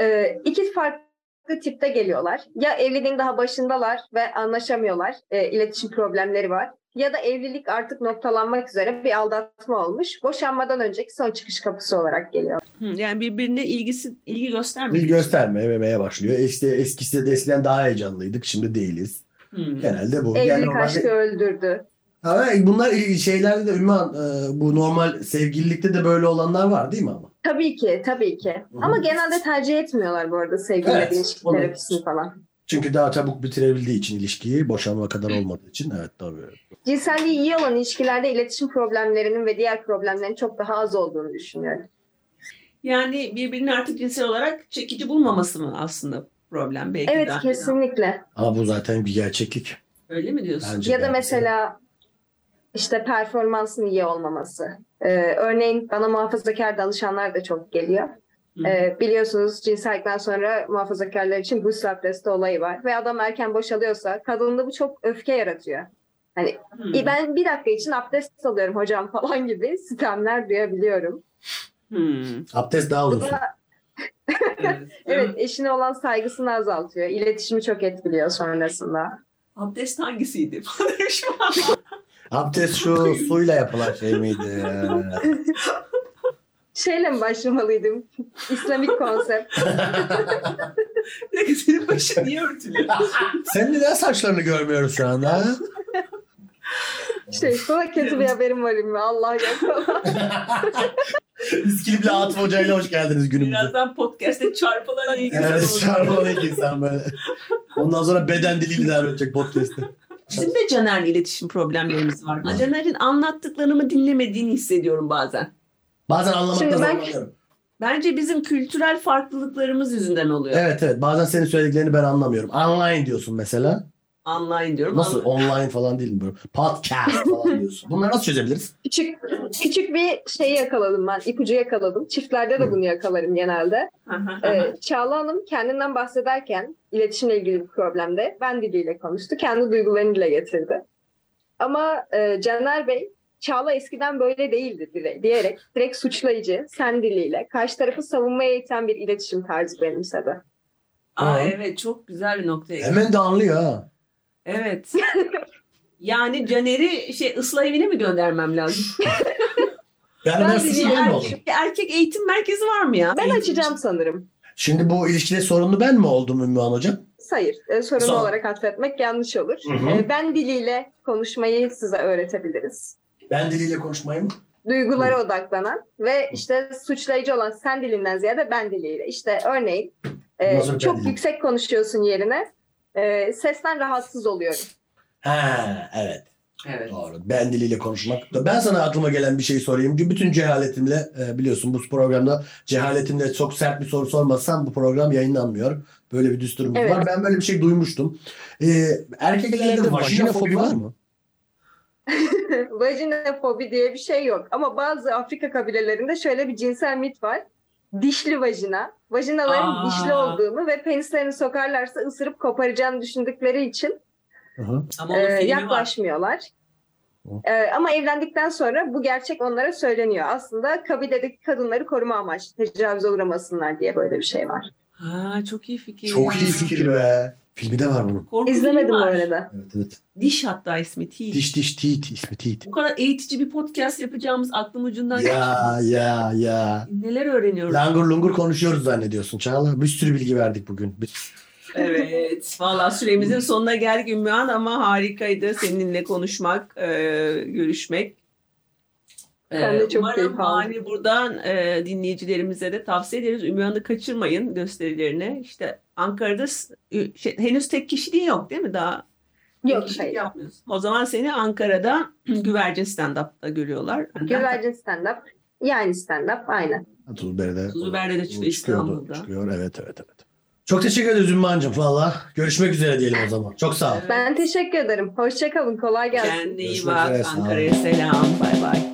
Speaker 3: Ee, iki farklı tipte geliyorlar. Ya evliliğin daha başındalar ve anlaşamıyorlar, e, iletişim problemleri var. Ya da evlilik artık noktalanmak üzere bir aldatma olmuş. Boşanmadan önceki son çıkış kapısı olarak geliyor.
Speaker 1: Hı, Yani birbirine ilgisi ilgi
Speaker 3: Hmm.
Speaker 1: göstermiyor.
Speaker 2: Bir göstermemeye başlıyor. Eski, eskisi de eskiden daha heyecanlıydık. Şimdi değiliz.
Speaker 1: Hmm.
Speaker 2: Genelde bu. Yani
Speaker 3: Hmm. Evlilik
Speaker 2: normalde-
Speaker 3: aşkı öldürdü.
Speaker 2: Ha, evet, bunlar il- şeylerde de Üman e, bu normal sevgililikte de böyle olanlar var değil mi ama?
Speaker 3: Tabii ki, tabii ki.
Speaker 2: Hı hı.
Speaker 3: Ama genelde tercih etmiyorlar bu arada sevgili
Speaker 2: Evet,
Speaker 3: ilişki
Speaker 2: onu-
Speaker 3: terapisini falan.
Speaker 2: Çünkü daha çabuk bitirebildiği için ilişkiyi boşanma kadar olmadığı için evet tabii.
Speaker 3: Cinselliği iyi olan ilişkilerde iletişim problemlerinin ve diğer problemlerin çok daha az olduğunu düşünüyorum.
Speaker 1: Yani birbirini artık cinsel olarak çekici bulmaması mı aslında problem belki
Speaker 3: Evet,
Speaker 1: daha-
Speaker 3: kesinlikle.
Speaker 2: Ama bu zaten bir gerçeklik.
Speaker 1: Öyle mi diyorsun?
Speaker 2: Bence
Speaker 3: Ya da
Speaker 2: de.
Speaker 3: mesela işte performansın iyi olmaması. Ee, örneğin bana muhafazakar danışanlar da çok geliyor.
Speaker 1: Hı.
Speaker 3: Ee, biliyorsunuz cinsellikten sonra muhafazakarlar için gusül abdesti olayı var. Ve adam erken boşalıyorsa kadında bu çok öfke yaratıyor.
Speaker 1: Hı,
Speaker 3: "İyi, Ben bir dakika için abdest alıyorum hocam falan gibi sistemler duyabiliyorum.
Speaker 2: Hmm.
Speaker 1: hı,
Speaker 2: Abdest daha
Speaker 3: Bu
Speaker 2: uzun.
Speaker 3: da
Speaker 1: evet.
Speaker 3: evet eşine olan saygısını azaltıyor. İletişimi çok etkiliyor sonrasında.
Speaker 1: Abdest hangisiydi? şey Falan demiş bu.
Speaker 2: Abdest şu suyla yapılan şey miydi?
Speaker 3: Şeyle mi başlamalıydım? İslamik konsept.
Speaker 1: Bir dakika, Senin başın niye örtülü?
Speaker 2: Sen neden saçlarını görmüyoruz şu anda?
Speaker 3: Şey, sana kötü bir haberim var mı? Allah yok.
Speaker 2: İskilipli Atıf Hoca ile hoş geldiniz günümüze.
Speaker 1: Birazdan podcast'te çarpılan ilgi
Speaker 2: Evet,
Speaker 1: olacak.
Speaker 2: şarmalı iki insan böyle. Ondan sonra beden diliyle devam edecek podcast'te.
Speaker 1: Bizim de Caner'le iletişim problemlerimiz var. Caner'in anlattıklarımı dinlemediğini hissediyorum bazen.
Speaker 2: Bazen anlamakta
Speaker 3: Şimdi ben-
Speaker 2: zorlanıyorum.
Speaker 1: Bence bizim kültürel farklılıklarımız yüzünden oluyor.
Speaker 2: Evet evet bazen senin söylediklerini ben anlamıyorum. Online diyorsun mesela.
Speaker 1: Online diyorum.
Speaker 2: Nasıl online falan değil mi? Böyle podcast falan diyorsun. Bunları nasıl çözebiliriz?
Speaker 3: Küçük küçük bir şey yakaladım ben. ipucu yakaladım. Çiftlerde de bunu yakalarım genelde. Ee, Çağla Hanım kendinden bahsederken iletişimle ilgili bir problemde ben diliyle konuştu. Kendi duygularını dile getirdi. Ama e, Caner Bey Çağla eskiden böyle değildi dire- diyerek direkt suçlayıcı, sen diliyle karşı tarafı savunmaya iten bir iletişim tarzı benimsedi.
Speaker 1: Aa, evet çok güzel bir noktaya. girdin.
Speaker 2: Hemen de anlıyor ha.
Speaker 1: Evet. yani Caner'i şey ıslah evine mi göndermem lazım?
Speaker 2: Yani ben,
Speaker 3: Ben
Speaker 2: suçlu
Speaker 3: diliyle
Speaker 2: ben mi
Speaker 3: anlıyorum.
Speaker 2: oldum?
Speaker 1: Erkek eğitim merkezi var mı ya?
Speaker 3: Ben açacağım sanırım.
Speaker 2: Şimdi bu ilişkide sorunlu ben mi oldum Ümmü Han Hocam?
Speaker 3: Hayır, e, sorun
Speaker 2: Sağ ol.
Speaker 3: olarak atfetmek yanlış olur.
Speaker 2: Hı hı.
Speaker 3: E, ben diliyle konuşmayı size öğretebiliriz.
Speaker 2: Ben diliyle konuşmayı mı?
Speaker 3: duygulara odaklanan ve işte suçlayıcı olan sen dilinden ziyade ben diliyle. İşte örneğin e,
Speaker 2: Nasıl ben
Speaker 3: çok
Speaker 2: dilim?
Speaker 3: yüksek konuşuyorsun yerine e, sesten rahatsız oluyorum.
Speaker 2: Ha evet.
Speaker 1: Evet.
Speaker 2: Doğru. Ben diliyle konuşmak. Ben sana aklıma gelen bir şey sorayım. Bütün cehaletimle e, biliyorsun bu programda cehaletimle çok sert bir soru sormazsam bu program yayınlanmıyor. Böyle bir düsturumuz
Speaker 3: Evet.
Speaker 2: var. Ben böyle bir şey duymuştum. E, erkeklerde
Speaker 6: Erkeklerde
Speaker 2: vajina fobi var mı?
Speaker 6: mı?
Speaker 3: Vajinofobi diye bir şey yok ama bazı Afrika kabilelerinde şöyle bir cinsel mit var. Dişli vajina. Vajinaların
Speaker 1: Aa.
Speaker 3: dişli olduğunu ve penislerini sokarlarsa ısırıp koparacağını düşündükleri için
Speaker 1: Ama
Speaker 3: Ee,
Speaker 1: onun filmi var.
Speaker 3: yaklaşmıyorlar.
Speaker 2: Hı.
Speaker 3: Ee, ama evlendikten sonra bu gerçek onlara söyleniyor. Aslında kabiledeki kadınları koruma amaçlı tecavüze uğramasınlar diye böyle bir şey var.
Speaker 1: Ha, çok iyi fikir.
Speaker 2: Çok
Speaker 1: ya.
Speaker 2: iyi fikir be. Filmi de var bunun.
Speaker 1: Korku
Speaker 3: İzlemedim
Speaker 1: filmi
Speaker 3: bu
Speaker 1: var.
Speaker 3: arada.
Speaker 2: Evet evet.
Speaker 1: Diş hatta ismi Teeth.
Speaker 2: Diş diş tiit ismi tiit.
Speaker 1: Bu kadar eğitici bir podcast yapacağımız aklım ucundan
Speaker 2: Ya ya ya.
Speaker 1: neler öğreniyoruz.
Speaker 2: Langur lungur konuşuyoruz zannediyorsun Çağla. Bir sürü bilgi verdik bugün. Bir-
Speaker 1: Evet. Valla süremizin sonuna geldik Ümmühan ama harikaydı seninle konuşmak, e, görüşmek. E,
Speaker 3: Ben de çok
Speaker 1: Umarım
Speaker 3: keyif aldım.
Speaker 1: hani buradan e, dinleyicilerimize de tavsiye ederiz. Ümmühan'ı kaçırmayın gösterilerine. İşte Ankara'da s- ü- şey, henüz tek kişiliği yok değil mi daha? tek
Speaker 3: Yok
Speaker 1: kişilik
Speaker 3: hayır.
Speaker 1: yapmıyorsun. O zaman seni Ankara'da güvercin stand-up'ta görüyorlar.
Speaker 3: Güvercin stand-up. Yani stand-up aynen.
Speaker 2: Tuzber'de.
Speaker 1: Tuzber'de de çıktı, İstanbul'da.
Speaker 2: Çıkıyor evet evet evet. Çok teşekkür ederiz Ümmühan'cığım valla. Görüşmek üzere diyelim o zaman. Çok sağ ol.
Speaker 1: Evet.
Speaker 3: Ben teşekkür ederim. Hoşçakalın. Kolay gelsin.
Speaker 1: Kendine iyi
Speaker 2: Görüşmek
Speaker 1: bak.
Speaker 2: üzere, sağ ol.
Speaker 1: Ankara'ya selam. Bay bay.